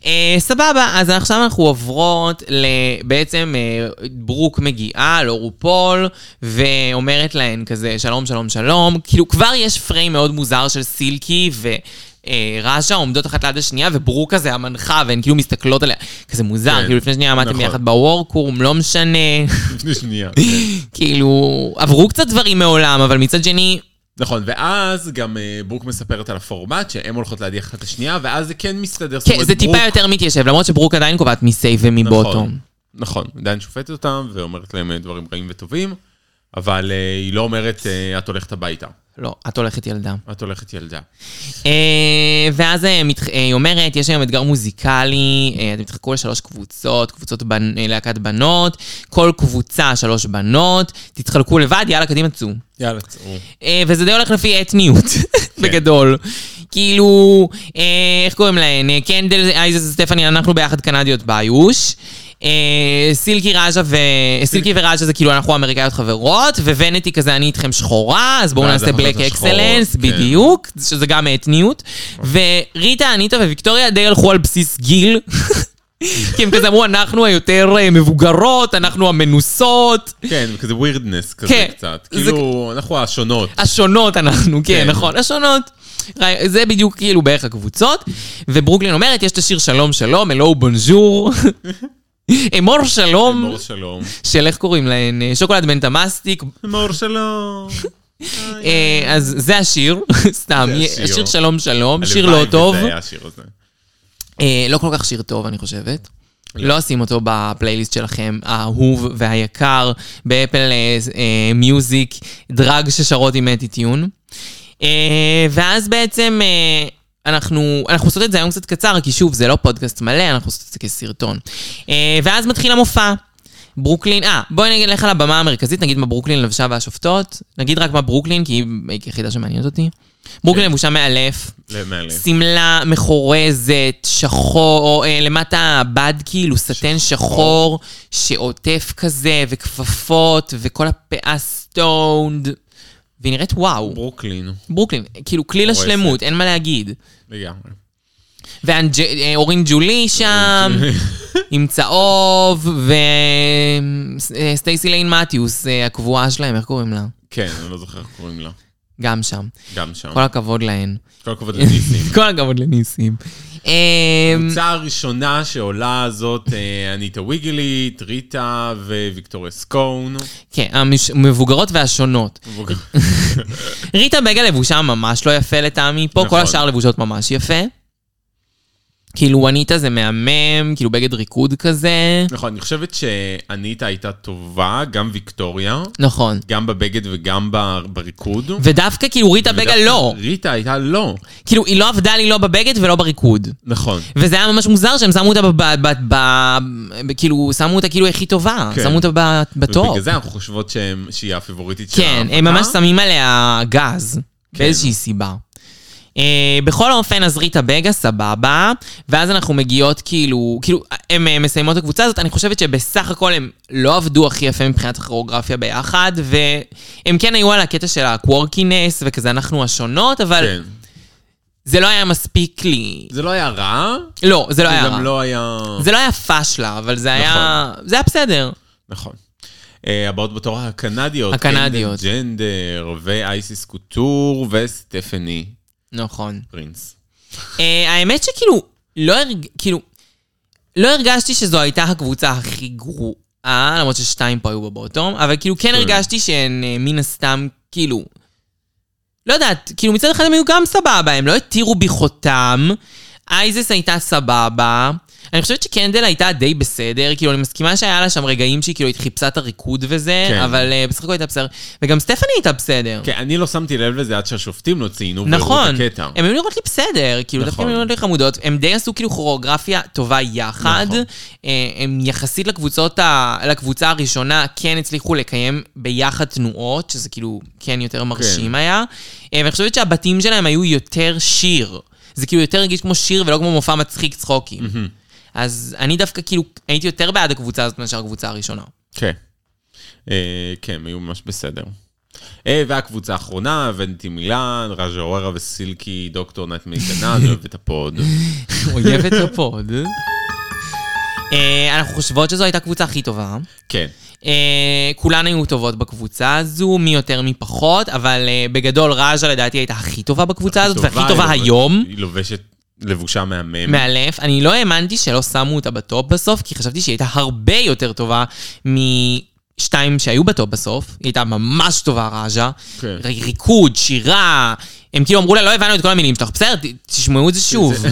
אה, סבבה, אז עכשיו אנחנו עוברות ל... בעצם אה, ברוק מגיעה לרופול ואומרת להן כזה שלום, שלום, שלום. כאילו כבר יש פריים מאוד מוזר של סילקי ו... אה, רז'ה עומדות אחת ליד השנייה, וברוק כזה המנחה, והן כאילו מסתכלות עליה. כזה מוזר,
כן,
כאילו לפני שנייה עמדתם
נכון.
יחד בוורקורום, לא משנה.
לפני שנייה. כן.
כאילו, עברו קצת דברים מעולם, אבל מצד שני,
נכון, ואז גם אה, ברוק מספרת על הפורמט, שהן הולכות להדיח אחת את השנייה, ואז זה כן מסתדר. זאת
כן,
אומרת,
זה טיפה
ברוק-
יותר מתיישב, למרות שברוק עדיין קובעת מסייב ומבוטום.
נכון. נכון, עדיין שופטת אותם ואומרת להם אה, דברים רעים וטובים, אבל אה, היא לא אומרת, אה, את הולכת הביתה,
לא, את הולכת ילדה.
את הולכת ילדה.
אה, ואז אה, מתח- אה, היא אומרת, יש היום אתגר מוזיקלי, אה, אתם תחכו לשלוש קבוצות, קבוצות בנ- אה, להקת בנות, כל קבוצה שלוש בנות, תתחלקו לבד, יאללה, קדימה צאו.
יאללה, צאו.
אה, וזה די הולך לפי אתניות, בגדול. כאילו, אה, איך קוראים להן? אה, קנדל, אייזס וסטפני, אנחנו ביחד קנדיות באיוש. אה, סילקי ראז'ה ו... סילקי וראז'ה זה כאילו אנחנו אמריקאיות חברות, וונטי כזה אני איתכם שחורה, אז בואו
ואז
נעשה
אנחנו
בלק
נעשה שחורות,
אקסלנס,
כן.
בדיוק, שזה גם אתניות. וריטה, אניטה וויקטוריה די הלכו על בסיס גיל. כי הם כזה אמרו, אנחנו היותר אה, מבוגרות, אנחנו המנוסות,
כן, כזה ווירדנס כזה
כן,
קצת.
זה-
כאילו, אנחנו השונות.
השונות אנחנו, כן,
כן.
נכון, השונות. רי- זה בדיוק כאילו בערך הקבוצות. וברוקלין אומרת, יש את השיר שלום שלום, אלוהו בונז'ור. אמור שלום,
אמור שלום.
של איך קוראים להן? אה, שוקולד בן תמאסטיק.
אמור שלום.
אה, אז זה השיר, סתם,
זה
יהיה-
השיר.
השיר שלום שלום, שיר
הלוואי
לא טוב.
וזה היה השיר הזה.
אה, לא כל כך שיר טוב, אני חושבת. לא אשים אותו בפלייליסט שלכם, האהוב והיקר, באפל אה, אה, מיוזיק, דרג ששרות עם אתי טיון. אה, ואז בעצם אה, אנחנו, אנחנו עושות את זה היום קצת קצר, כי שוב, זה לא פודקאסט מלא, אנחנו עושות את זה כסרטון. אה, ואז מתחיל המופע. ברוקלין, אה, בואי נגיד לך לבמה המרכזית, נגיד מה ברוקלין לבשה והשופטות, נגיד רק מה ברוקלין, כי היא היחידה שמעניינת אותי. ברוקלין לבושה מאלף,
למעלה.
שמלה מחורזת, שחור, אה, למטה בד כאילו, סטן שחור, שעוטף כזה, וכפפות, וכל הפאה סטונד, והיא נראית וואו.
ברוקלין.
ברוקלין, כאילו כליל
הורסת.
השלמות, אין מה להגיד.
לגמרי.
ואורין ג'ולי שם, עם צהוב, וסטייסי ליין מתיוס, אה, הקבועה שלהם, איך קוראים לה?
כן, אני לא זוכר איך קוראים לה.
גם שם.
גם שם.
כל אמ- הכבוד להן.
כל הכבוד לדיסים.
כל הכבוד לניסים. אמ,
הקבוצה הראשונה שעולה זאת אה, אניטה ויגילית, ריטה וויקטוריה סקון.
כן, המש- המבוגרות והשונות.
מבוגר-
ריטה בגה לבושה ממש לא יפה לטעמי, פה כל
נכון.
השאר לבושות ממש יפה. כאילו, אניטה זה מהמם, כאילו בגד ריקוד כזה.
נכון, אני חושבת שאניטה הייתה טובה, גם ויקטוריה,
נכון.
גם בבגד וגם ב- בריקוד.
ודווקא כאילו ריטה בגה
ודווקא
לא.
ריטה הייתה לא.
כאילו, היא לא עבדה לי לא בבגד ולא בריקוד.
נכון.
וזה היה ממש מוזר שהם שמו אותה ב... ב- ב- ב- כאילו, שמו אותה כאילו הכי טובה.
כן.
שמו אותה ב- בטופ.
ובגלל זה אנחנו חושבות שהם- שהיא הפיבוריטית של
כן, הם
ההפקה.
ממש שמים עליה גז,
כן.
באיזושהי סיבה. אה, בכל אופן, אז ריטה בגה, סבבה, ואז אנחנו מגיעות כאילו, כאילו, הם אה, מסיימות את הקבוצה הזאת, אני חושבת שבסך הכל הם לא עבדו הכי יפה מבחינת הכוריאוגרפיה ביחד, והם כן היו על הקטע של הקוורקינס, וכזה אנחנו השונות, אבל
כן.
זה לא היה מספיק לי.
זה לא היה רע.
לא, זה לא היה
זה
רע.
גם לא היה...
זה לא היה פאשלה, אבל זה היה... זה היה בסדר.
נכון. אה, הבאות בתור הקנדיות.
הקנדיות.
קנדן ג'נדר ואייסיס קוטור וסטפני
נכון.
פרינס.
אה, האמת שכאילו, לא הרג... כאילו, לא הרגשתי שזו הייתה הקבוצה הכי גרועה, למרות ששתיים פה היו בבוטום, אבל כאילו כן הרגשתי שהן אה, מן הסתם, כאילו... לא יודעת, כאילו מצד אחד הם היו גם סבבה, הם לא התירו בי חותם, אייזס הייתה סבבה. אני חושבת שקנדל הייתה די בסדר, כאילו אני מסכימה שהיה לה שם רגעים שהיא כאילו חיפשה את הריקוד וזה,
כן.
אבל אה, בסך הכל הייתה בסדר. וגם סטפני הייתה בסדר.
כן, אני לא שמתי לב לזה עד שהשופטים לא ציינו והראו
נכון,
את הקטע.
הם היו נראות לי בסדר, כאילו דווקא
נכון.
הם היו נראות לי חמודות, הם די עשו כאילו כוריאוגרפיה טובה יחד,
נכון.
אה, הם יחסית לקבוצות, ה- לקבוצה הראשונה כן הצליחו לקיים ביחד תנועות, שזה כאילו כן יותר מרשים היה, אה, ואני חושבת שהבתים שלהם היו יותר שיר, זה כאילו יותר הרגיש כמו שיר ולא כמו מופע מצחיק צחוקים. אז אני דווקא כאילו הייתי יותר בעד הקבוצה הזאת מאשר הקבוצה הראשונה.
כן. אה, כן, הם היו ממש בסדר. אה, והקבוצה האחרונה, ונטי מילן, רג'ה אוררה וסילקי, דוקטור נת מיקנן, אוהב את הפוד.
אויבת הפוד. אה, אנחנו חושבות שזו הייתה הקבוצה הכי טובה.
כן.
אה, כולן היו טובות בקבוצה הזו, מי יותר מי פחות, אבל אה, בגדול רג'ה לדעתי הייתה הכי טובה בקבוצה הזאת, והכי טובה
היא לובש-
היום.
היא לובשת לבושה מהמם.
מאלף, אני לא האמנתי שלא שמו אותה בטופ בסוף, כי חשבתי שהיא הייתה הרבה יותר טובה משתיים שהיו בטופ בסוף. היא הייתה ממש טובה, רג'ה.
כן.
ר- ריקוד, שירה, הם כאילו אמרו לה, לא הבנו את כל
כן, לא.
המילים שלך, בסדר, ת- תשמעו את זה שוב.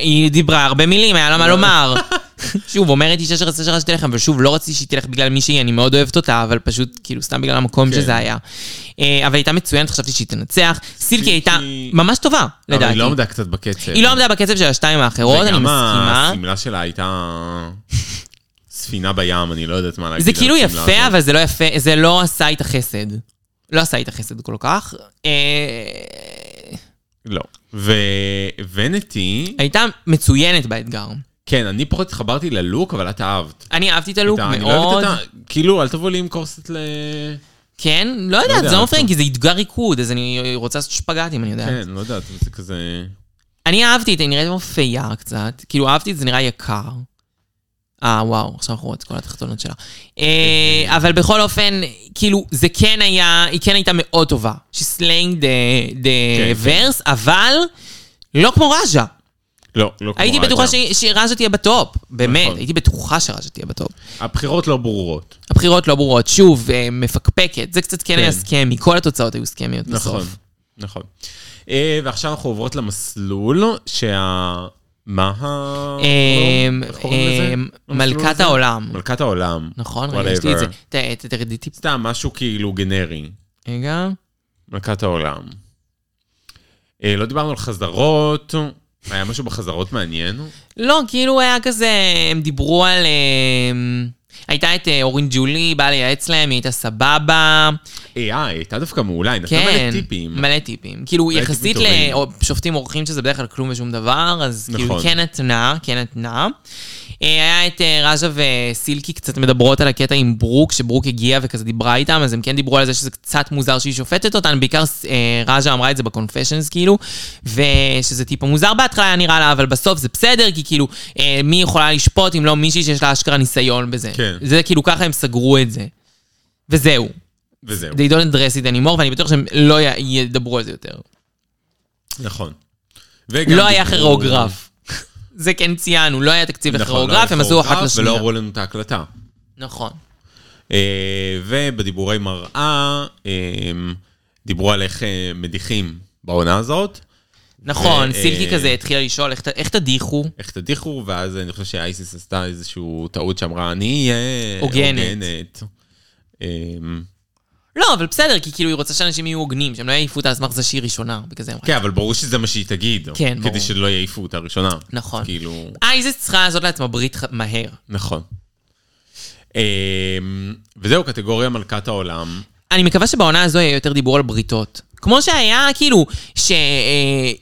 היא דיברה הרבה מילים, היה לה מה לומר. שוב, אומרת אישה שרצה שרציתי לכם, אבל שוב, לא רציתי שהיא תלך בגלל מישהי, אני מאוד אוהבת אותה, אבל פשוט, כאילו, סתם בגלל המקום
כן.
שזה היה. אה, אבל הייתה מצוינת, חשבתי שהיא תנצח. סילקי
סילקי-
הייתה ממש טובה,
אבל
לדעתי.
היא לא עמדה קצת בקצב.
היא לא עמדה בקצב של השתיים האחרות, אני
וגם
מסכימה.
השמלה שלה הייתה ספינה בים, אני לא יודעת מה להגיד.
זה
על
כאילו
השמלה
יפה,
הזאת.
אבל זה לא יפה, זה לא עשה איתה חסד. לא עשה איתה חסד כל כך. אה,
לא. וונטי,
הייתה מצוינת באתגר.
כן, אני פחות התחברתי ללוק, אבל את אהבת.
אני אהבתי את הלוק
אתה- אני לא אוהבת
מאוד.
את ה... כאילו, אל תבוא לי עם קורסט ל...
כן? לא יודעת,
יודע,
זה לא
אני
מפריע,
טוב.
כי זה אתגר ריקוד, אז אני רוצה לעשות שפגטים, אני יודעת.
כן, לא יודעת, אבל זה כזה...
אני אהבתי את זה, נראית כמו פייר קצת. כאילו, אהבתי את זה, נראה יקר. אה, וואו, עכשיו אנחנו רואים את כל התחתונות שלה. אה, אבל בכל אופן, כאילו, זה כן היה, היא כן הייתה מאוד טובה. She slaying the, the
כן,
verse, אבל לא כמו ראז'ה.
לא, לא כמו
הייתי
ראג'ה.
בטוחה ש- שראז'ה תהיה בטופ. באמת,
נכון.
הייתי בטוחה שראז'ה תהיה בטופ.
הבחירות לא ברורות.
הבחירות לא ברורות. שוב, אה, מפקפקת. זה קצת כן היה
כן.
סכמי. כל התוצאות היו סכמיות
נכון,
בסוף.
נכון. אה, ועכשיו אנחנו עוברות למסלול, שה... מה ה...
אמ,
איך קוראים לזה?
אמ,
המסלול
מלכת
הזה?
העולם.
מלכת העולם.
נכון, רגע, יש לי את זה.
Whatever.
ת- ת- תרדי טיפ.
סתם, משהו כאילו גנרי.
רגע.
מלכת העולם. אה, לא דיברנו על חזרות, היה משהו בחזרות מעניין?
לא, כאילו היה כזה, הם דיברו על... אמ, הייתה את אה, אורין ג'ולי, באה לייעץ להם, היא הייתה סבבה.
אה, אה, הייתה דווקא מעולה, היא נתנה
כן,
מלא טיפים.
מלא טיפים. כאילו,
טיפים
יחסית
טובים.
לשופטים אורחים, שזה בדרך כלל כלום ושום דבר, אז כאילו, היא
נכון.
כן נתנה, כן נתנה. אה, היה את אה, ראז'ה וסילקי קצת מדברות על הקטע עם ברוק, שברוק הגיע וכזה דיברה איתם, אז הם כן דיברו על זה שזה קצת מוזר שהיא שופטת אותן, בעיקר אה, ראז'ה אמרה את זה בקונפשיונס, כאילו, ושזה טיפה מוזר בהתחלה היה נראה לה, אבל בסוף זה בסדר, כי כאילו, אה, מי יכולה לשפוט אם לא מישהי שיש לה אשכרה ניסיון בזה.
כן.
זה כאילו, ככה הם סגרו את זה. וזהו.
וזהו,
They don't address it anymore, ואני בטוח שהם לא י- ידברו על זה יותר.
נכון. וגם
לא היה
כן, דיברו-
כרוגרף. זה כן ציינו, לא היה תקציב
נכון, לא
לכרוגרף,
היה
הם עשו אחת
כוריאוגרף,
לשנייה.
ולא הראו לנו את ההקלטה.
נכון.
אה, ובדיבורי מראה, אה, דיברו על איך אה, מדיחים בעונה הזאת,
נכון,
אה,
סילקי
אה,
כזה התחילה לשאול, "איך ת- איך תדיחו?
איך תדיחו, ואז אני חושב שאייסיס עשתה איזושהי טעות שאמרה, אני אהיה
הוגנת."
הוגנת. אה,
לא, אבל בסדר, כי כאילו היא רוצה שאנשים יהיו הוגנים, שהם לא יעיפו אותה על סמך זה שהיא ראשונה, בגלל זה היא אמרה.
כן, אבל ברור שזה מה שהיא תגיד.
כן,
כדי
ברור.
כדי שלא יעיפו אותה ראשונה.
נכון.
כאילו,
אייזס צריכה לעשות לעצמה ברית ח- מהר.
נכון. אמ, וזהו, קטגוריה מלכת העולם.
אני מקווה שבעונה הזו יהיה יותר דיבור על בריתות. כמו שהיה, כאילו, ש... אה,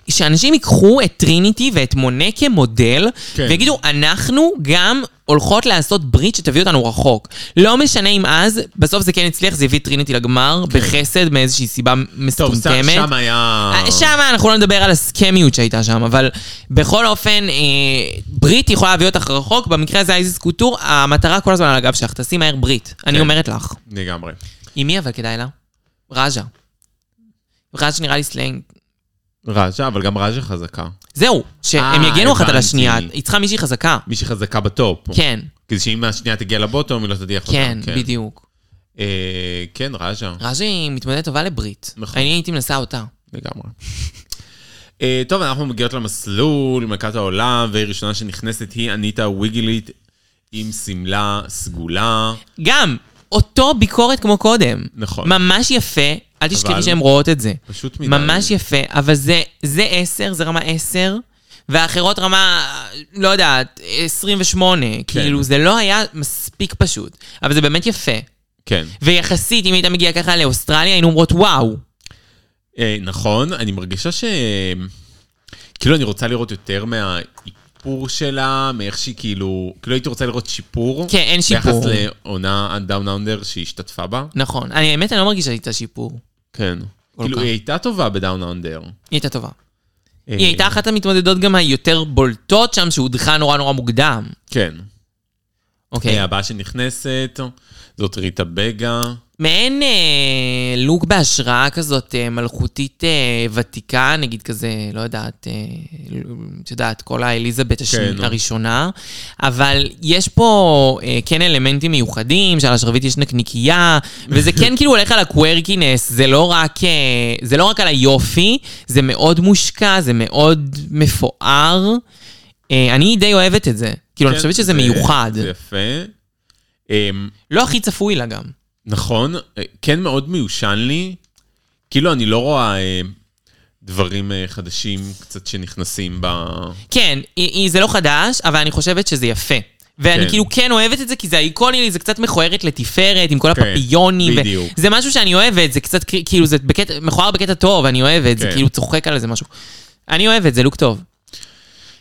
שאנשים ייקחו את טריניטי ואת מונה כמודל, כן.
כן.
ויגידו, אנחנו גם הולכות לעשות ברית שתביא אותנו רחוק. לא משנה אם אז, בסוף זה כן הצליח, זה הביא את טריניטי לגמר, כן. בחסד, מאיזושהי סיבה
טוב, ס-
מסטומטמת.
שם היה...
שם אנחנו לא נדבר על הסכמיות שהייתה שם, אבל בכל אופן, אה, ברית יכולה להביא אותך רחוק, במקרה הזה אייזיס קוטור, המטרה כל הזמן על הגב שלך, תעשי מהר ברית. אני
כן.
אומרת לך.
לגמרי.
עם מי אבל כדאי לה? רג'ה. רג'ה נראה לי סלנג.
רג'ה, אבל גם רג'ה חזקה.
זהו, שהם
אה,
יגנו אחת על
הבנתי.
השנייה. היא צריכה מישהי חזקה.
מישהי חזקה בטופ.
כן,
כדי שאם השנייה תגיע לבוטום, היא לא תדיח אותה.
כן, בדיוק.
אה, כן, רג'ה,
רג'ה היא מתמודדת טובה לברית.
נכון.
אני הייתי מנסה אותה.
לגמרי. אה, טוב, אנחנו מגיעות למסלול, מלכת העולם, והיא ראשונה שנכנסת היא אניטה וויגילית עם שמלה סגולה.
גם, אותו ביקורת כמו קודם.
נכון.
ממש יפה, אל תשכחי
אבל-
שהן רואות את זה.
פשוט מדי.
ממש יפה, אבל זה- זה 10, זה רמה 10, והאחרות רמה, לא יודעת, 28.
כן.
כאילו, זה לא היה מספיק פשוט, אבל זה באמת יפה.
כן.
ויחסית, אם הייתה מגיעה ככה לאוסטרליה, היינו אומרות וואו.
אה, נכון, אני מרגישה ש... כאילו, אני רוצה לראות יותר מהאיפור שלה, מאיך שהיא כאילו... כאילו, הייתי רוצה לראות שיפור.
כן, אין שיפור.
ביחס לעונה דאון אונדר שהשתתפה בה.
נכון. אני, האמת, אני לא מרגישה שהייתה שיפור. היא
כן.
כל
כאילו,
כך.
היא הייתה טובה בדאון אונדר. אה,
הייתה טובה. היא הייתה אחת המתמודדות גם היותר בולטות שם, שהודחה נורא נורא מוקדם.
כן.
אוקיי.
אה, הבאה שנכנסת, זאת ריטה בגה.
מעין אה, לוק בהשראה כזאת אה, מלכותית אה, ותיקה, נגיד כזה, לא יודעת, אה, את יודעת, כל האליזבת השני,
כן.
הראשונה, אבל יש פה אה, כן אלמנטים מיוחדים, שעל השרביט יש נקניקייה, וזה כן כאילו הולך על הקוורקינס, זה לא רק, אה, זה לא רק על היופי, זה מאוד מושקע, זה מאוד מפואר. אה, אני די אוהבת את זה. כאילו, אני
כן,
חושבת שזה
זה-
מיוחד.
זה יפה. אמ,
לא הכי צפוי לה גם.
נכון, אה, כן מאוד מיושן לי. כאילו, אני לא רואה אה, דברים אה, חדשים קצת שנכנסים ב...
כן, היא- היא- זה לא חדש, אבל אני חושבת שזה יפה. ואני
כן.
כאילו כן אוהבת את זה, כי זה איקוני לי, זה קצת מכוערת לתפארת, עם כל
כן,
הפפיונים. ו-
בדיוק.
זה משהו שאני אוהבת, זה קצת כ- כאילו, זה בקטע- מכוער בקטע טוב, אני אוהבת, זה
כן.
כאילו צוחק על איזה משהו. אני אוהבת, זה לוק טוב.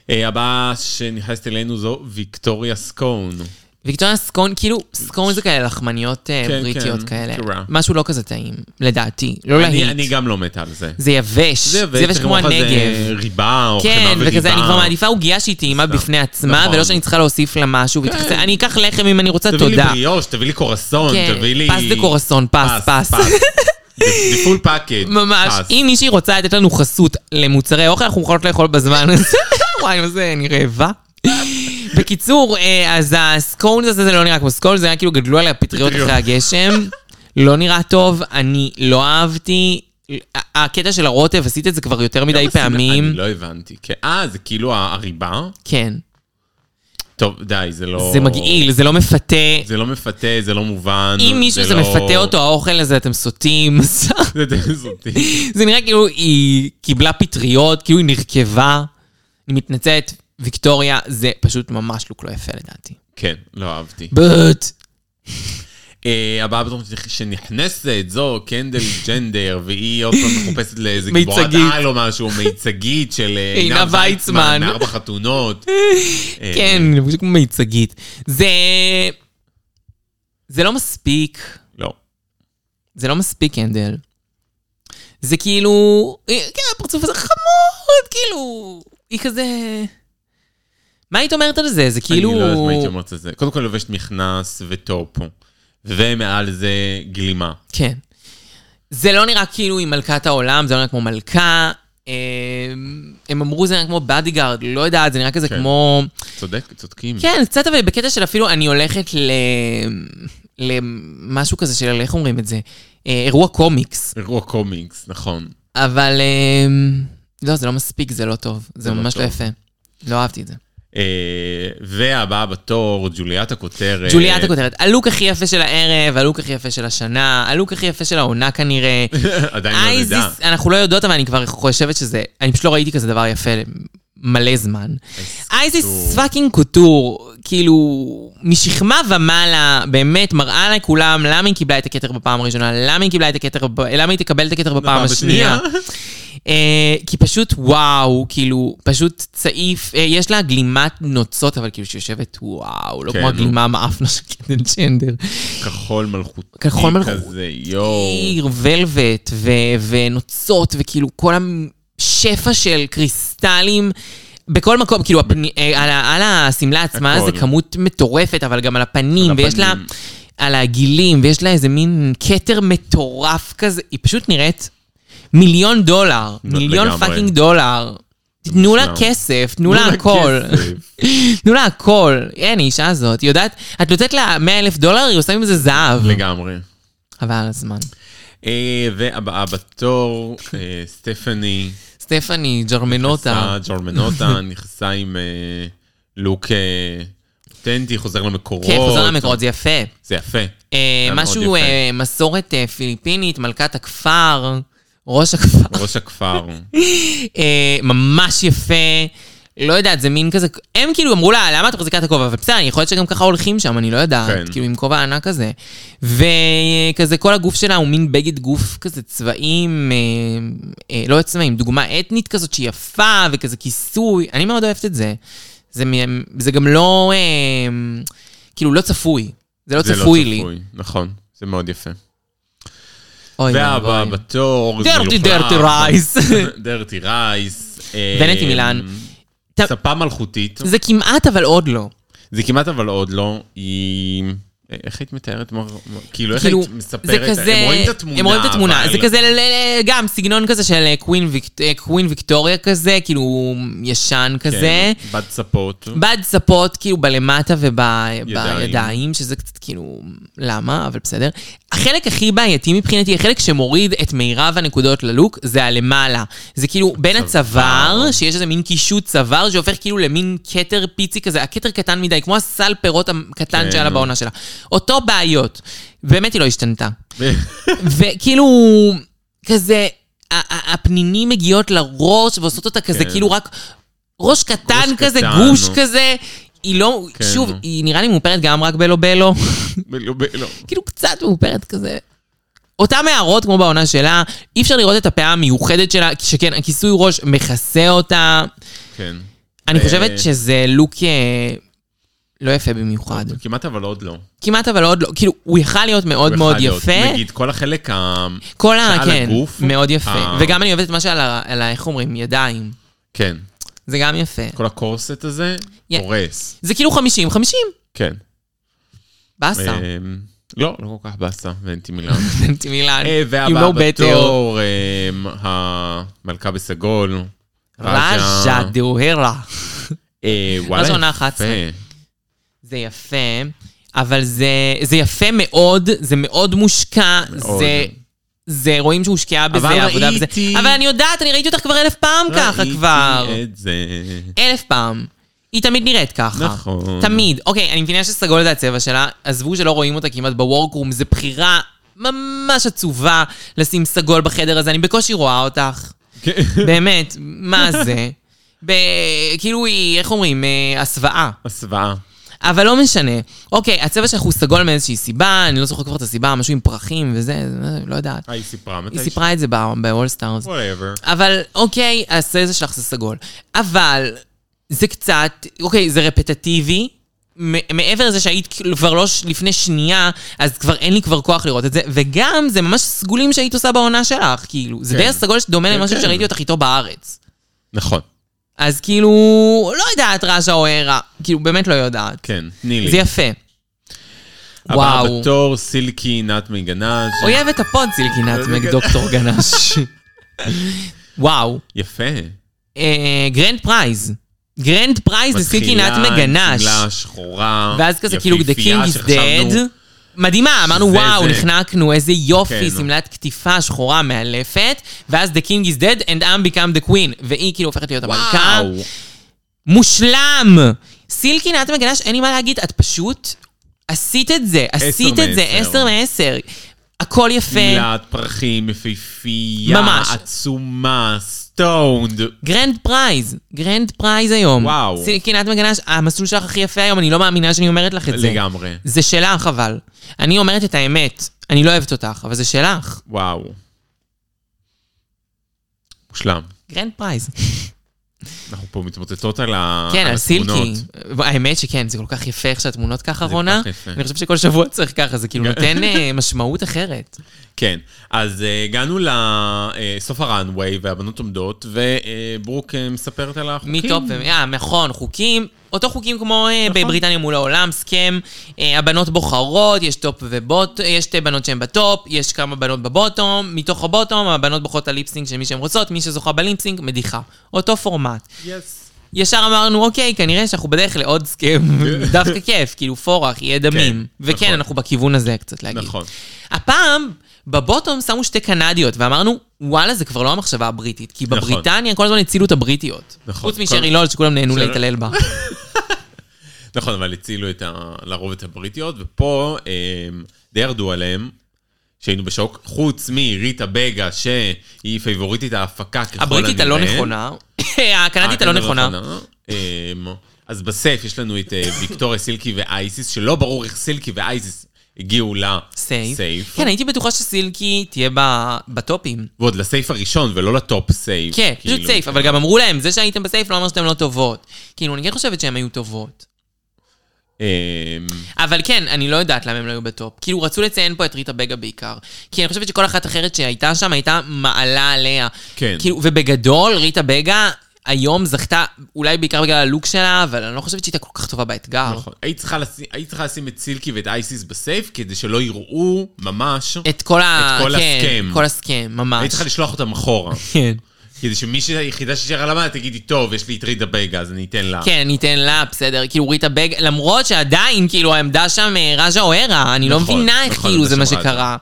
אה, הבאה שנכנסת אלינו זו ויקטוריה סקון.
ויקטוריה סקון, כאילו, סקון זה כאלה לחמניות אה,
כן,
בריטיות
כן,
כאלה.
תראה.
משהו לא כזה טעים, לדעתי. לא
אני, אני
להיט.
גם לא מת על זה.
זה יבש. זה יבש כמו
צריך לאכול איזה
הנגב.
אה, ריבה או חמאה
כן,
וריבה.
וכזה, אני כבר מעדיפה עוגיה שהיא טעימה בפני עצמה,
נכון. כן.
ולא שאני צריכה להוסיף לה משהו. ותכסה- אני אקח לחם אם אני רוצה,
תביא לי
תודה.
בריאוש, תביא לי קורסון,
כן,
תביא לי...
פס דה קורסון, פס, פס.
זה פול פאקד.
ממש, אם מישהי רוצה לתת לנו חסות למוצרי אוכל, אנחנו מוכנות לאכול בזמן הזה. וואי, מה זה, אני רעבה. בקיצור, אה, אז הסקונס הזה זה לא נראה כמו סקונס, זה נראה כאילו גדלו עליה פטריות
פטריות.
אחרי הגשם. לא נראה טוב, אני לא אהבתי. ה- הקטע של הרוטב, עשית את זה כבר יותר מדי פעמים.
אני לא הבנתי. כי- אה, זה כאילו הריבה?
כן.
טוב, די, זה לא...
זה מגעיל, זה לא מפתה.
זה לא מפתה, זה לא מובן.
אם מישהו זה
לא-
מפתה אותו, האוכל הזה, אתם סוטים.
זה די זאתי.
זה נראה כאילו היא קיבלה פטריות, כאילו היא נרכבה. אני מתנצלת, ויקטוריה, זה פשוט ממש לוק לא יפה לדעתי.
כן, לא אהבתי.
בוט.
אה, הבאה בתור שנכנסת זו קנדל ג'נדר, והיא עוד פעם מחופשת לאיזה
מיצגית.
גיבורת על או משהו, מיצגית של אה,
עינב ויצמן.
מארבע חתונות. אה,
כן, אני פשוט כמו מיצגית. זה... זה לא מספיק,
לא.
זה לא מספיק, הנדל. זה כאילו... אה, כן, הפרצוף הזה חמוד, כאילו... היא כזה... מה היית אומרת על זה? זה כאילו...
אני לא יודעת מה הייתי אומרת על זה. קודם כל לובשת מכנס וטופו, ומעל זה גלימה.
כן. זה לא נראה כאילו היא מלכת העולם, זה לא נראה כמו מלכה. אה, הם אמרו זה נראה כמו בדיגארד, לא יודעת, זה נראה כזה
כן.
כמו...
צודק, צודקים.
כן, קצת אבל בקטע של אפילו אני הולכת ל... למשהו כזה של, איך אומרים את זה? אה, אירוע קומיקס.
אירוע קומיקס, נכון.
אבל אה, לא, זה לא מספיק, זה לא טוב. זה
לא
ממש לא
טוב.
יפה. לא אהבתי את זה.
אה, והבאה בתור, ג'וליית הכותרת.
ג'וליאת הכותרת, הלוק הכי יפה של הערב, הלוק הכי יפה של השנה, הלוק הכי יפה של העונה כנראה.
עדיין לא נדע.
אייזיס, אנחנו לא יודעות, אבל אני כבר חושבת שזה... אני פשוט לא ראיתי כזה דבר יפה מלא זמן. אייזיס פאקינג קוטור, כאילו, משכמה ומעלה, באמת מראה לכולם למה היא קיבלה את הכתר בפעם הראשונה, למה היא קיבלה את הכתר, ב- למה היא תקבל את הכתר בפעם
בפעם
השנייה.
השנייה.
אה, כי פשוט וואו, כאילו, פשוט צעיף, אה, יש לה גלימת נוצות, אבל כאילו שיושבת וואו, לא
כן,
כמו
נו.
הגלימה המאפנה של קטן צ'נדר.
כחול מלכותי.
כחול מלכותי.
כזה, יואו.
עיר, ולווט, ו- ונוצות, וכאילו כל השפע של קריסטלים. בכל מקום, כאילו, הפני, אה, על, ה- על השמלה עצמה
הכל.
זה כמות מטורפת, אבל גם על הפנים,
על
ויש לה,
הפנים.
על הגילים, ויש לה איזה מין כתר מטורף כזה, היא פשוט נראית מיליון דולר,
נ-
מיליון
לגמרי.
פאקינג דולר. תנו לה
מושלם.
כסף, תנו לה הכל.
כסף.
תנו לה הכל. אין, האישה הזאת, היא יודעת, את נותנת לה 100 אלף דולר, היא עושה עם זה זהב.
לגמרי.
חבל על הזמן.
אה, והבאה בתור, אה, סטפני.
סטפני, ג'רמנוטה.
נכנסה ג'ורמנוטה, נכנסה עם אה, לוק אה, אותנטי, חוזר למקורות.
כן, חוזר למקורות, זה יפה.
זה יפה.
אה,
מאוד
משהו,
יפה.
אה, מסורת אה, פיליפינית, מלכת הכפר, ראש הכפר.
ראש הכפר.
אה, ממש יפה. לא יודעת, זה מין כזה, הם כאילו אמרו לה, למה את מחזיקה את הכובע? אבל בסדר, יכול להיות שגם ככה הולכים שם, אני לא יודעת.
כן.
כאילו, עם כובע ענק כזה. וכזה, כל הגוף שלה הוא מין בגד גוף כזה צבעים, אה, אה, לא צבעים, דוגמה אתנית כזאת שהיא יפה, וכזה כיסוי. אני מאוד אוהבת את זה. זה, מ- זה גם לא, אה, כאילו, לא צפוי. זה לא
זה לא
צפוי לי.
נכון, זה מאוד יפה.
אוי,
והבאה
ואבוי.
בתור...
דרטי דרטי רייס.
דרטי רייס. אה,
ונטי מילן. ת-
ספה מלכותית.
זה כמעט, אבל עוד לא.
זה כמעט אבל עוד לא. היא... אה, איך היית מתארת מר... מר- כאילו, איך
כאילו,
היית מספרת? הם רואים את התמונה,
הם רואים את התמונה,
אבל-
זה כזה, ל- ל- גם סגנון כזה של אה, קווין ויק- אה, קווין ויקטוריה כזה, כאילו ישן
כן,
כזה.
בת ספות.
בד ספות כאילו בלמטה
ידיים.
ובידיים, שזה קצת כאילו, למה? אבל בסדר. החלק הכי בעייתי מבחינתי, החלק שמוריד את מירב הנקודות ללוק, זה הלמעלה. זה כאילו בין הצוואר, שיש איזה מין קישוט צוואר, שהופך כאילו למין כתר פיצי כזה, הכתר קטן מדי, כמו הסל פירות הקטן
כן,
שהיה לה
נו.
בעונה שלה. אותו בעיות. באמת היא לא השתנתה. וכאילו, כזה, ה- ה- הפנינים מגיעות לראש ועושות אותה כזה,
כן.
כאילו רק ראש קטן
ראש
כזה,
קטן,
גוש
נו.
כזה. היא לא,
כן,
שוב,
נו.
היא נראה לי מאופרת גם רק בלו בלו,
לא, לא.
כאילו קצת מאופרת כזה. אותם הערות כמו בעונה שלה, אי אפשר לראות את הפאה המיוחדת שלה, שכן הכיסוי ראש מכסה אותה.
כן.
אני
אה.
חושבת שזה לוק אה, לא יפה במיוחד.
כמעט אבל עוד לא.
כמעט אבל עוד לא, כאילו, הוא יכל להיות מאוד
הוא
מאוד
יכול להיות.
יפה.
נגיד, כל החלק ה...
כל ה...
שעל
כן,
הגוף?
מאוד יפה.
אה.
וגם אני אוהבת את מה שעל ה... על ה- איך אומרים? ידיים.
כן.
זה גם יפה.
כל הקורסט הזה
יא.
הורס.
זה כאילו 50, 50,
כן.
באסה.
אמ, לא, לא כל כך באסה, ואין לי מילה.
נתתי מילה.
אה, והבאה
know better.
בתור, אמ, המלכה בסגול.
רג'ה דוהרה.
אה,
אז עונה
וואלה,
11.
יפה.
זה יפה, אבל זה, זה יפה מאוד, זה מאוד מושקע,
מאוד.
זה... זה, רואים שהושקעה בזה
אבל
עבודה בזה.
ראיתי-
אבל אני יודעת, אני ראיתי אותך כבר אלף פעם ככה
ראיתי
כבר.
את זה.
אלף פעם. היא תמיד נראית ככה.
נכון.
תמיד. אוקיי, אני מבינה שסגול זה הצבע שלה, עזבו שלא רואים אותה כמעט בוורקרום, זו בחירה ממש עצובה לשים סגול בחדר הזה, אני בקושי רואה אותך.
כן.
באמת, מה זה? ב... כאילו היא, איך אומרים, אה, הסוואה.
הסוואה.
אבל לא משנה. אוקיי, הצבע שלך הוא סגול מאיזושהי סיבה, אני לא זוכר כבר את הסיבה, משהו עם פרחים וזה, אה, לא יודעת.
אה, היא סיפרה מתי?
היא סיפרה את זה ב-all stars.
וואטאבר.
אבל אוקיי, הסלזה שלך זה סגול. אבל זה קצת, אוקיי, זה רפטטיבי. מ- מעבר לזה שהיית כאילו כבר לא ש- לפני שנייה, אז כבר אין לי כבר כוח לראות את זה. וגם, זה ממש סגולים שהיית עושה בעונה שלך, כאילו. זה
כן.
די הסגול שדומה
כן,
למשהו
כן.
שראיתי אותך איתו בארץ.
נכון,
אז כאילו, לא יודעת רשע או ערה. כאילו, באמת לא יודעת.
כן, תני לי.
זה יפה.
הבאה
וואו.
בתור סילקי נת מגנז'.
אויב את הפוד סילקינת
זה
נגד
כזה-
דוקטור גנש. וואו.
יפה.
אה, גרנד פרייז. גרנד פרייז לסילקי
מתחילה
נט
עם
מגנש.
שמלה שחורה.
ואז כזה כאילו The
יפיפייה
King is
שחשבנו-
dead. מדהימה, אמרנו
שזה
וואו,
זה."
נחנקנו, איזה יופי,
כן.
שמלת קטיפה שחורה מאלפת, ואז The King is dead and I'm become the queen, והיא כאילו הופכת להיות המלכה.
וואו.
מושלם! סילקי נעת מגנש, אין לי מה להגיד, את פשוט עשית את זה, עשית את זה,
מעשר.
עשר מעשר. הכל יפה.
שמלת פרחים, יפיפייה.
ממש.
עצומה, סטונד.
גרנד פרייז, גרנד פרייז היום.
וואו.
סילקי נעת מגנש, המסלול שלך הכי יפה היום, אני לא מאמינה שאני אומרת לך את זה.
לגמרי.
זה שלך, אבל. אני אומרת את האמת. אני לא אוהבת אותך, אבל זה שלך.
וואו. מושלם.
גרנד פרייז.
אנחנו פה מתמוטטות אה, על ה-
כן, על סילקי.
התמונות.
האמת שכן, זה כל כך יפה איך שהתמונות ככה,
זה
רונה.
כל כך יפה.
אני חושב שכל שבוע צריך ככה, זה כאילו נותן אה, משמעות אחרת.
כן, אז אה, הגענו לסוף הראנוויי והבנות עומדות, וברוק אה, מספרת על החוקים.
מי טופ ומי... אה, נכון, חוקים. אותו חוקים כמו אה,
נכון.
בבריטניה מול העולם, סכם. אה, הבנות בוחרות, יש טופ ובוט, אה, יש שתי בנות שהן בטופ, יש כמה בנות בבוטום, מתוך הבוטום הבנות בוחרות את הליפסינג של מי שהן רוצות, מי שזוכה בליפסינג, מדיחה. אותו פורמט.
Yes.
ישר אמרנו, אוקיי, כנראה שאנחנו בדרך לעוד סכם, דווקא כיף, כאילו פורח, יהיה דמים. וכן,
נכון.
אנחנו בכיוון הזה קצת להגיד.
נכון.
הפעם, בבוטום שמו שתי קנדיות, ואמרנו, וואלה, זה כבר לא המחשבה הבריטית, כי
נכון.
בבריטניה כל הזמן הצילו את הבריטיות.
נכון.
חוץ
כל-
משרי לול, שכולם נהנו
שרי-
להתעלל בה.
נכון, אבל הצילו את ה... לרוב את הבריטיות, ופה אמ, די ירדו עליהם, שהיינו בשוק, חוץ מריטה בגה, שהיא פייבוריטית ההפקה ככל הנראה.
הבריטית הלא נכונה, הקנדית הלא נכונה.
אמ, אז בסף יש לנו את אה, ויקטוריה סילקי ואייסיס, שלא ברור איך סילקי ואייסיס הגיעו
סייף.
לסייף.
כן, הייתי בטוחה שסילקי תהיה ב- בטופים.
ועוד לסייף הראשון ולא לטופ סייף.
כן,
כאילו,
פשוט סייף, אבל גם אמרו להם, זה שהייתם בסייף לא אומר שאתם לא טובות. כאילו, אני כן חושבת שהן היו טובות.
אמ,
אבל כן, אני לא יודעת למה הם לא היו בטופ. כאילו, רצו לציין פה את ריטה בגה בעיקר. כי אני חושבת שכל אחת אחרת שהייתה שם הייתה מעלה עליה.
כן.
כאילו, ובגדול, ריטה בגה, היום זכתה, אולי בעיקר בגלל הלוק שלה, אבל אני לא חושבת שהיא הייתה כל כך טובה באתגר.
נכון. היית צריכה לשים- היית צריכה לשים את סילקי ואת אייסיס בסייף כדי שלא יראו ממש.
את כל ה...
את כל
כן,
הסכם.
כל הסכם,
היית
ממש.
צריכה לשלוח אותם אחורה.
כן.
כדי כאילו, שמי שהיחידה ששארה למעלה תגידי, טוב, יש לי את רידה בייגה, אז אני אתן לה.
כן, ניתן לה, בסדר, כאילו ריטה בג, למרות שעדיין, כאילו, העמדה שם אה, רג'ה אוהרה, אני לא
נכון,
מבינה איך
נכון, כן.
כאילו
עמדה
זה מה
שם רג'ה.
שקרה.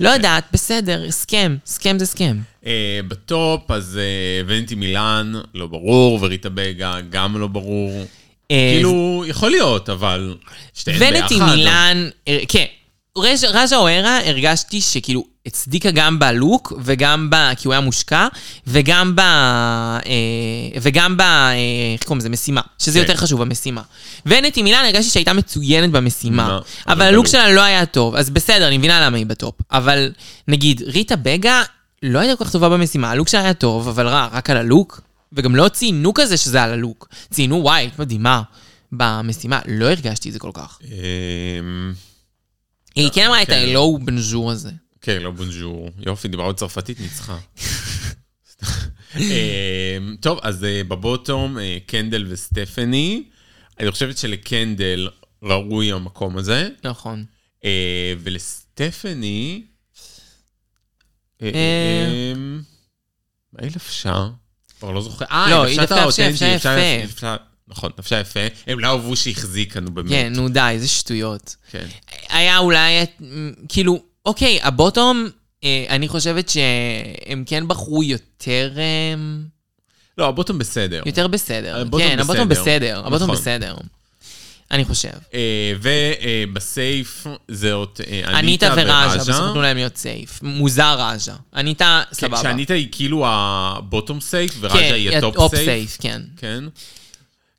לא יודעת, בסדר, הסכם, הסכם זה הסכם.
אה, בטופ, אז אה, ונטי מילאן, לא ברור, וריטה בייגה, גם לא ברור.
אה,
כאילו, יכול להיות, אבל שתיהן ביחד.
ונטי
לא?
מילן, אה, כן. רז- רג'ה אוהרה, הרגשתי שכאילו הצדיקה גם בלוק, וגם ב... כי הוא היה מושקע, וגם ב... אה, וגם ב... אה, איך קוראים לזה? משימה. שזה
כן.
יותר חשוב, המשימה. ונטי מילן, הרגשתי שהייתה מצוינת במשימה.
מה?
אבל
אבל
הלוק
בלוק.
שלה לא היה טוב, אז בסדר, אני מבינה למה היא בטופ. אבל נגיד, ריטה בגה לא הייתה כל כך טובה במשימה, הלוק שלה היה טוב, אבל רע, רק על הלוק. וגם לא ציינו כזה שזה על הלוק. ציינו, וואי, את מדהימה. במשימה, לא הרגשתי את זה כל כך.
אה,
היא כן אמרה את
כן.
האלוהו בנז'ור הזה.
כן, לא בונג'ור. יופי, דיברה עוד צרפתית, ניצחה. אה, טוב, אז אה, בבוטום, אה, קנדל וסטפני. אני חושבת שלקנדל ראוי המקום הזה,
נכון.
אה, ולסטפני... אה,
אה.
אה, אה, מה היא לבשה? כבר לא זוכר. אה,
לא,
היא
היא
לבשה את
דווקא לבשה-
האותנטי,
לבשה
לבשה-
יפה.
לבשה- נכון, לבשה יפה. הם לא אהבו שהחזיק לנו
כן,
באמת.
נו די, זה שטויות.
כן.
היה אולי, את- מ, כאילו, אוקיי, הבוטום, אה, אני חושבת שהם כן בחרו יותר אה,
לא, הבוטום בסדר.
יותר בסדר.
הבוטום
כן, הבוטום
בסדר.
בסדר. הבוטום
נכון.
בסדר. אני חושב.
אה, ובסייף זה עוד אה,
אניטה
אניטה
וראז'ה, בסוף
וראז'ה.
נתנו להם להיות סייף. מוזר ראז'ה. אניטה,
כן,
סבבה.
שאניטה היא כאילו הבוטום סייף
כן,
וראז'ה היא הטופ
טופ
סייף.
סייף, כן.
כן.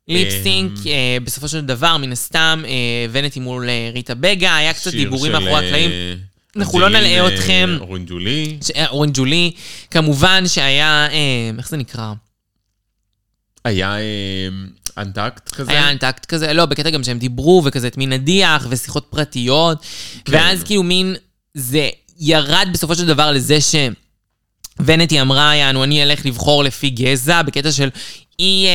אמ.
ליפסינק, אה, בסופו של דבר, מן הסתם, אה, ונטי מול אה, ריטה בגה, היה קצת
שיר
דיבורים
של,
מאחורי הקלעים.
אה,
אנחנו לא
אנג'לין,
נלאה
אה,
אתכם.
אורנג'ולי.
ש- אה, אורן ג'ולי, כמובן שהיה, אה, איך זה נקרא?
היה אה, אנטקט כזה.
היה אנטקט כזה, לא, בקטע גם שהם דיברו וכזה את מי נדיח ושיחות פרטיות,
כן.
ואז כאילו מין, זה ירד בסופו של דבר לזה ש... ונטי אמרה, יענו, אני אלך לבחור לפי גזע, בקטע של היא אה,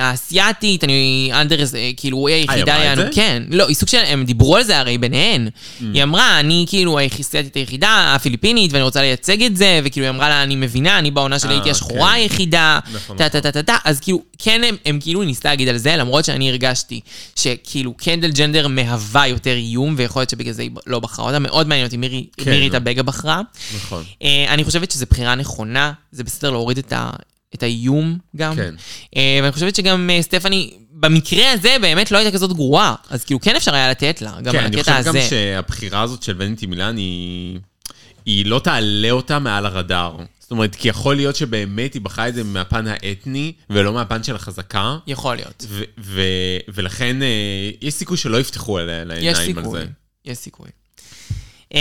אה, האסייתית, אני אנדרס, אה, כאילו, היא היחידה,
אמרה את
יענו,
זה? Mm.
כן. לא, היא סוג של, הם דיברו על זה הרי ביניהן. היא אמרה, אני כאילו האסייתית היחידה, הפיליפינית, ואני רוצה לייצג את זה, וכאילו היא אמרה לה, אני מבינה, אני בעונה שלי
אה,
הייתי השחורה
כן.
היחידה,
נכון,
טה טה טה טה טה, אז כאילו, כן, הם, הם כאילו ניסתה להגיד על זה, למרות שאני הרגשתי שכאילו קנדל ג'נדר מהווה יותר איום, ויכול להיות שבגלל זה היא לא בחרה אותה, מאוד מעניין אותי מירי,
כן.
מירי טבגה בחרה.
נכון.
אה, אני חושבת שזו בחירה נכונה, זה בסדר להוריד את, ה, את האיום גם.
כן.
אה, ואני חושבת שגם אה, סטפני, במקרה הזה באמת לא הייתה כזאת גרועה, אז כאילו כן אפשר היה לתת לה, גם
כן,
על
אני
הקטע
חושב גם
הזה.
שהבחירה הזאת של ונטי מילן היא... היא לא תעלה אותה מעל הרדאר. זאת אומרת, כי יכול להיות שבאמת היא בחרה את זה מהפן האתני ולא מהפן של החזקה.
יכול להיות.
ו- ו- ולכן אה, יש סיכוי שלא יפתחו עליה לעיניים
יש
על
סיכוי,
זה.
יש סיכוי. אה,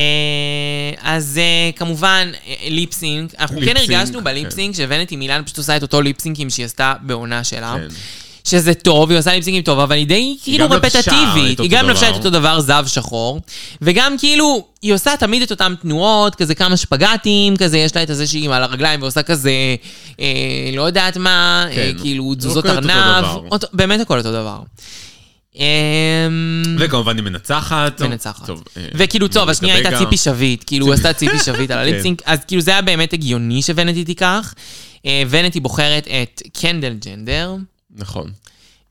אז אה, כמובן, אה, ליפסינק, אנחנו כן
ליפסינק,
הרגשנו בליפסינק שוונטי מילן פשוט עושה את אותו ליפסינקים שהיא עשתה בעונה שלה.
כן.
שזה טוב, היא עושה ליפסינקים טוב, אבל היא די כאילו
גם לבשה
רפטטיבית.
את
היא
אותו
גם לבשה את
דבר.
אותו דבר זב שחור, וגם כאילו, היא עושה תמיד את אותן תנועות, כזה כמה שפגטים, כזה יש לה את הזה שהיא על הרגליים ועושה כזה, אה, לא יודעת מה, אה,
כן.
כאילו
זה
תזוזות
הכל אותו
ארנב,
דבר.
אותו- באמת הכל אותו דבר. אמ, אה,
וכמובן היא מנצחת.
מנצחת.
טוב, אה,
וכאילו, טוב,
נוריד את
השנייה הייתה
הבגע.
ציפי שביט, כאילו, הוא עשתה ציפי שביט על
כן.
הליפסינק, אז כאילו זה היה באמת הגיוני שוונטי תיקח. אה, ונטי בוחרת את קנדל ג'נדר,
נכון.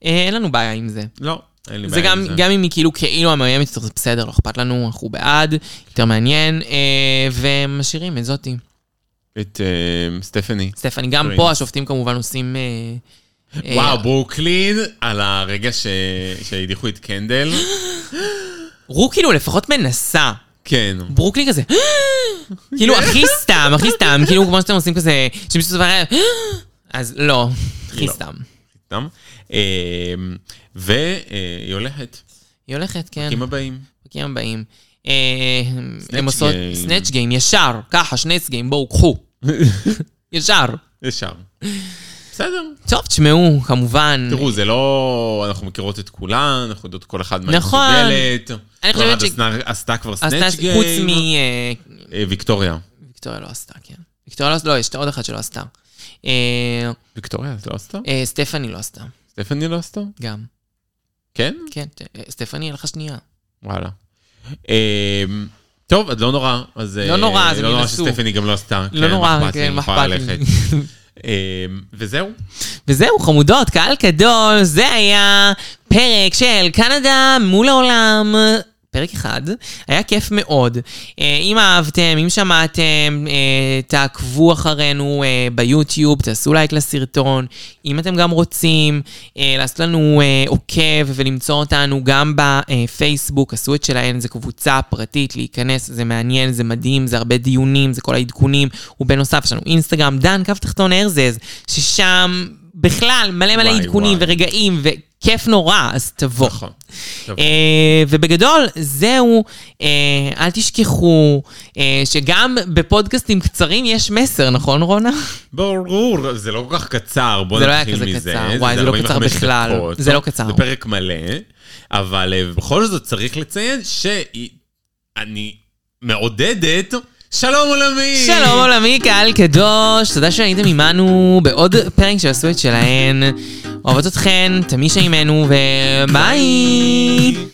אה, אין לנו בעיה עם זה.
לא, אין לי
זה
בעיה עם
גם,
זה.
גם אם היא כאילו כאילו המאיימת, זה בסדר, לא אכפת לנו, אנחנו בעד, יותר מעניין, אה, ומשאירים את זאתי.
את אה, סטפני.
סטפני, גם
פרינס.
פה השופטים כמובן עושים... אה, אה,
וואו, ברוקלין, על הרגע ש- שהדיחו את קנדל.
רו כאילו לפחות מנסה.
כן.
ברוקלי כזה, כאילו הכי סתם, הכי סתם, כאילו כמו שאתם עושים כזה, שמישהו סופר, אז לא, הכי
לא.
סתם.
סתם. אה, והיא הולכת.
היא הולכת, כן,
עם הבאים.
פרקים הבאים. אה, הם עושות
Game.
סנאצ' גיים, ישר, ככה, סנאצ' גיים, בואו, קחו. ישר.
ישר. בסדר.
טוב, תשמעו, כמובן.
תראו, זה לא... אנחנו מכירות את כולן, אנחנו יודעות כל אחת מה היא
נכון.
מסוגלת.
אני
כבר
חושבת ש-
עשתה- עשתה כבר
אז
סנאצ'
נעשה- חוץ מ...
גיים.
אה,
אה, ויקטוריה.
ויקטוריה לא עשתה, כן. ויקטוריה לא עשתה, לא, יש עוד אחת שלא עשתה. אה,
ויקטוריה, את לא עשתה?
אה, סטפני לא עשתה,
סטפני לא עשתה?
גם.
כן?
כן, אה, סטפני הלכה שנייה.
וואלה. אה, טוב, אז לא נורא. אז, אה,
לא נורא, אז הם
לא נורא
ינסו.
שסטפני גם לא עשתה.
לא
כן,
נורא,
מה אכפת לי,
כן,
אני
מה
יכולה
אכפת לי.
ללכת. אה, וזהו.
וזהו, חמודות, קהל גדול, זה היה פרק של קנדה מול העולם. פרק אחד, היה כיף מאוד. אה, אם אהבתם, אם שמעתם, אה, תעקבו אחרינו אה, ביוטיוב, תעשו לייק לסרטון. אם אתם גם רוצים אה, לעשות לנו אה, עוקב ולמצוא אותנו גם בפייסבוק, עשו את שלהן, זו קבוצה פרטית, להיכנס, זה מעניין, זה מדהים, זה הרבה דיונים, זה כל העדכונים. ובנוסף, יש לנו אינסטגרם, דן, קו תחתון ארזז, ששם בכלל מלא מלא
וואי,
עדכונים
וואי.
ורגעים, וכיף נורא, אז תבוא.
נכון. טוב.
אה, ובגדול, זהו, אה, אל תשכחו אה, שגם בפודקאסטים קצרים יש מסר, נכון רונה?
ברור, זה לא כל כך קצר, בוא
זה לא היה
נתחיל
כזה
מזה.
קצר, וואי, זה לא קצר
45
בכלל.
דקות.
זה לא קצר.
זה פרק מלא, אבל אה, בכל זאת צריך לציין שאני מעודדת שלום עולמי!
שלום עולמי, קהל קדוש, תודה שהייתם עמנו בעוד פרק של עשו את שלהן. אוהבות אתכן, תמישה עמנו, וביי!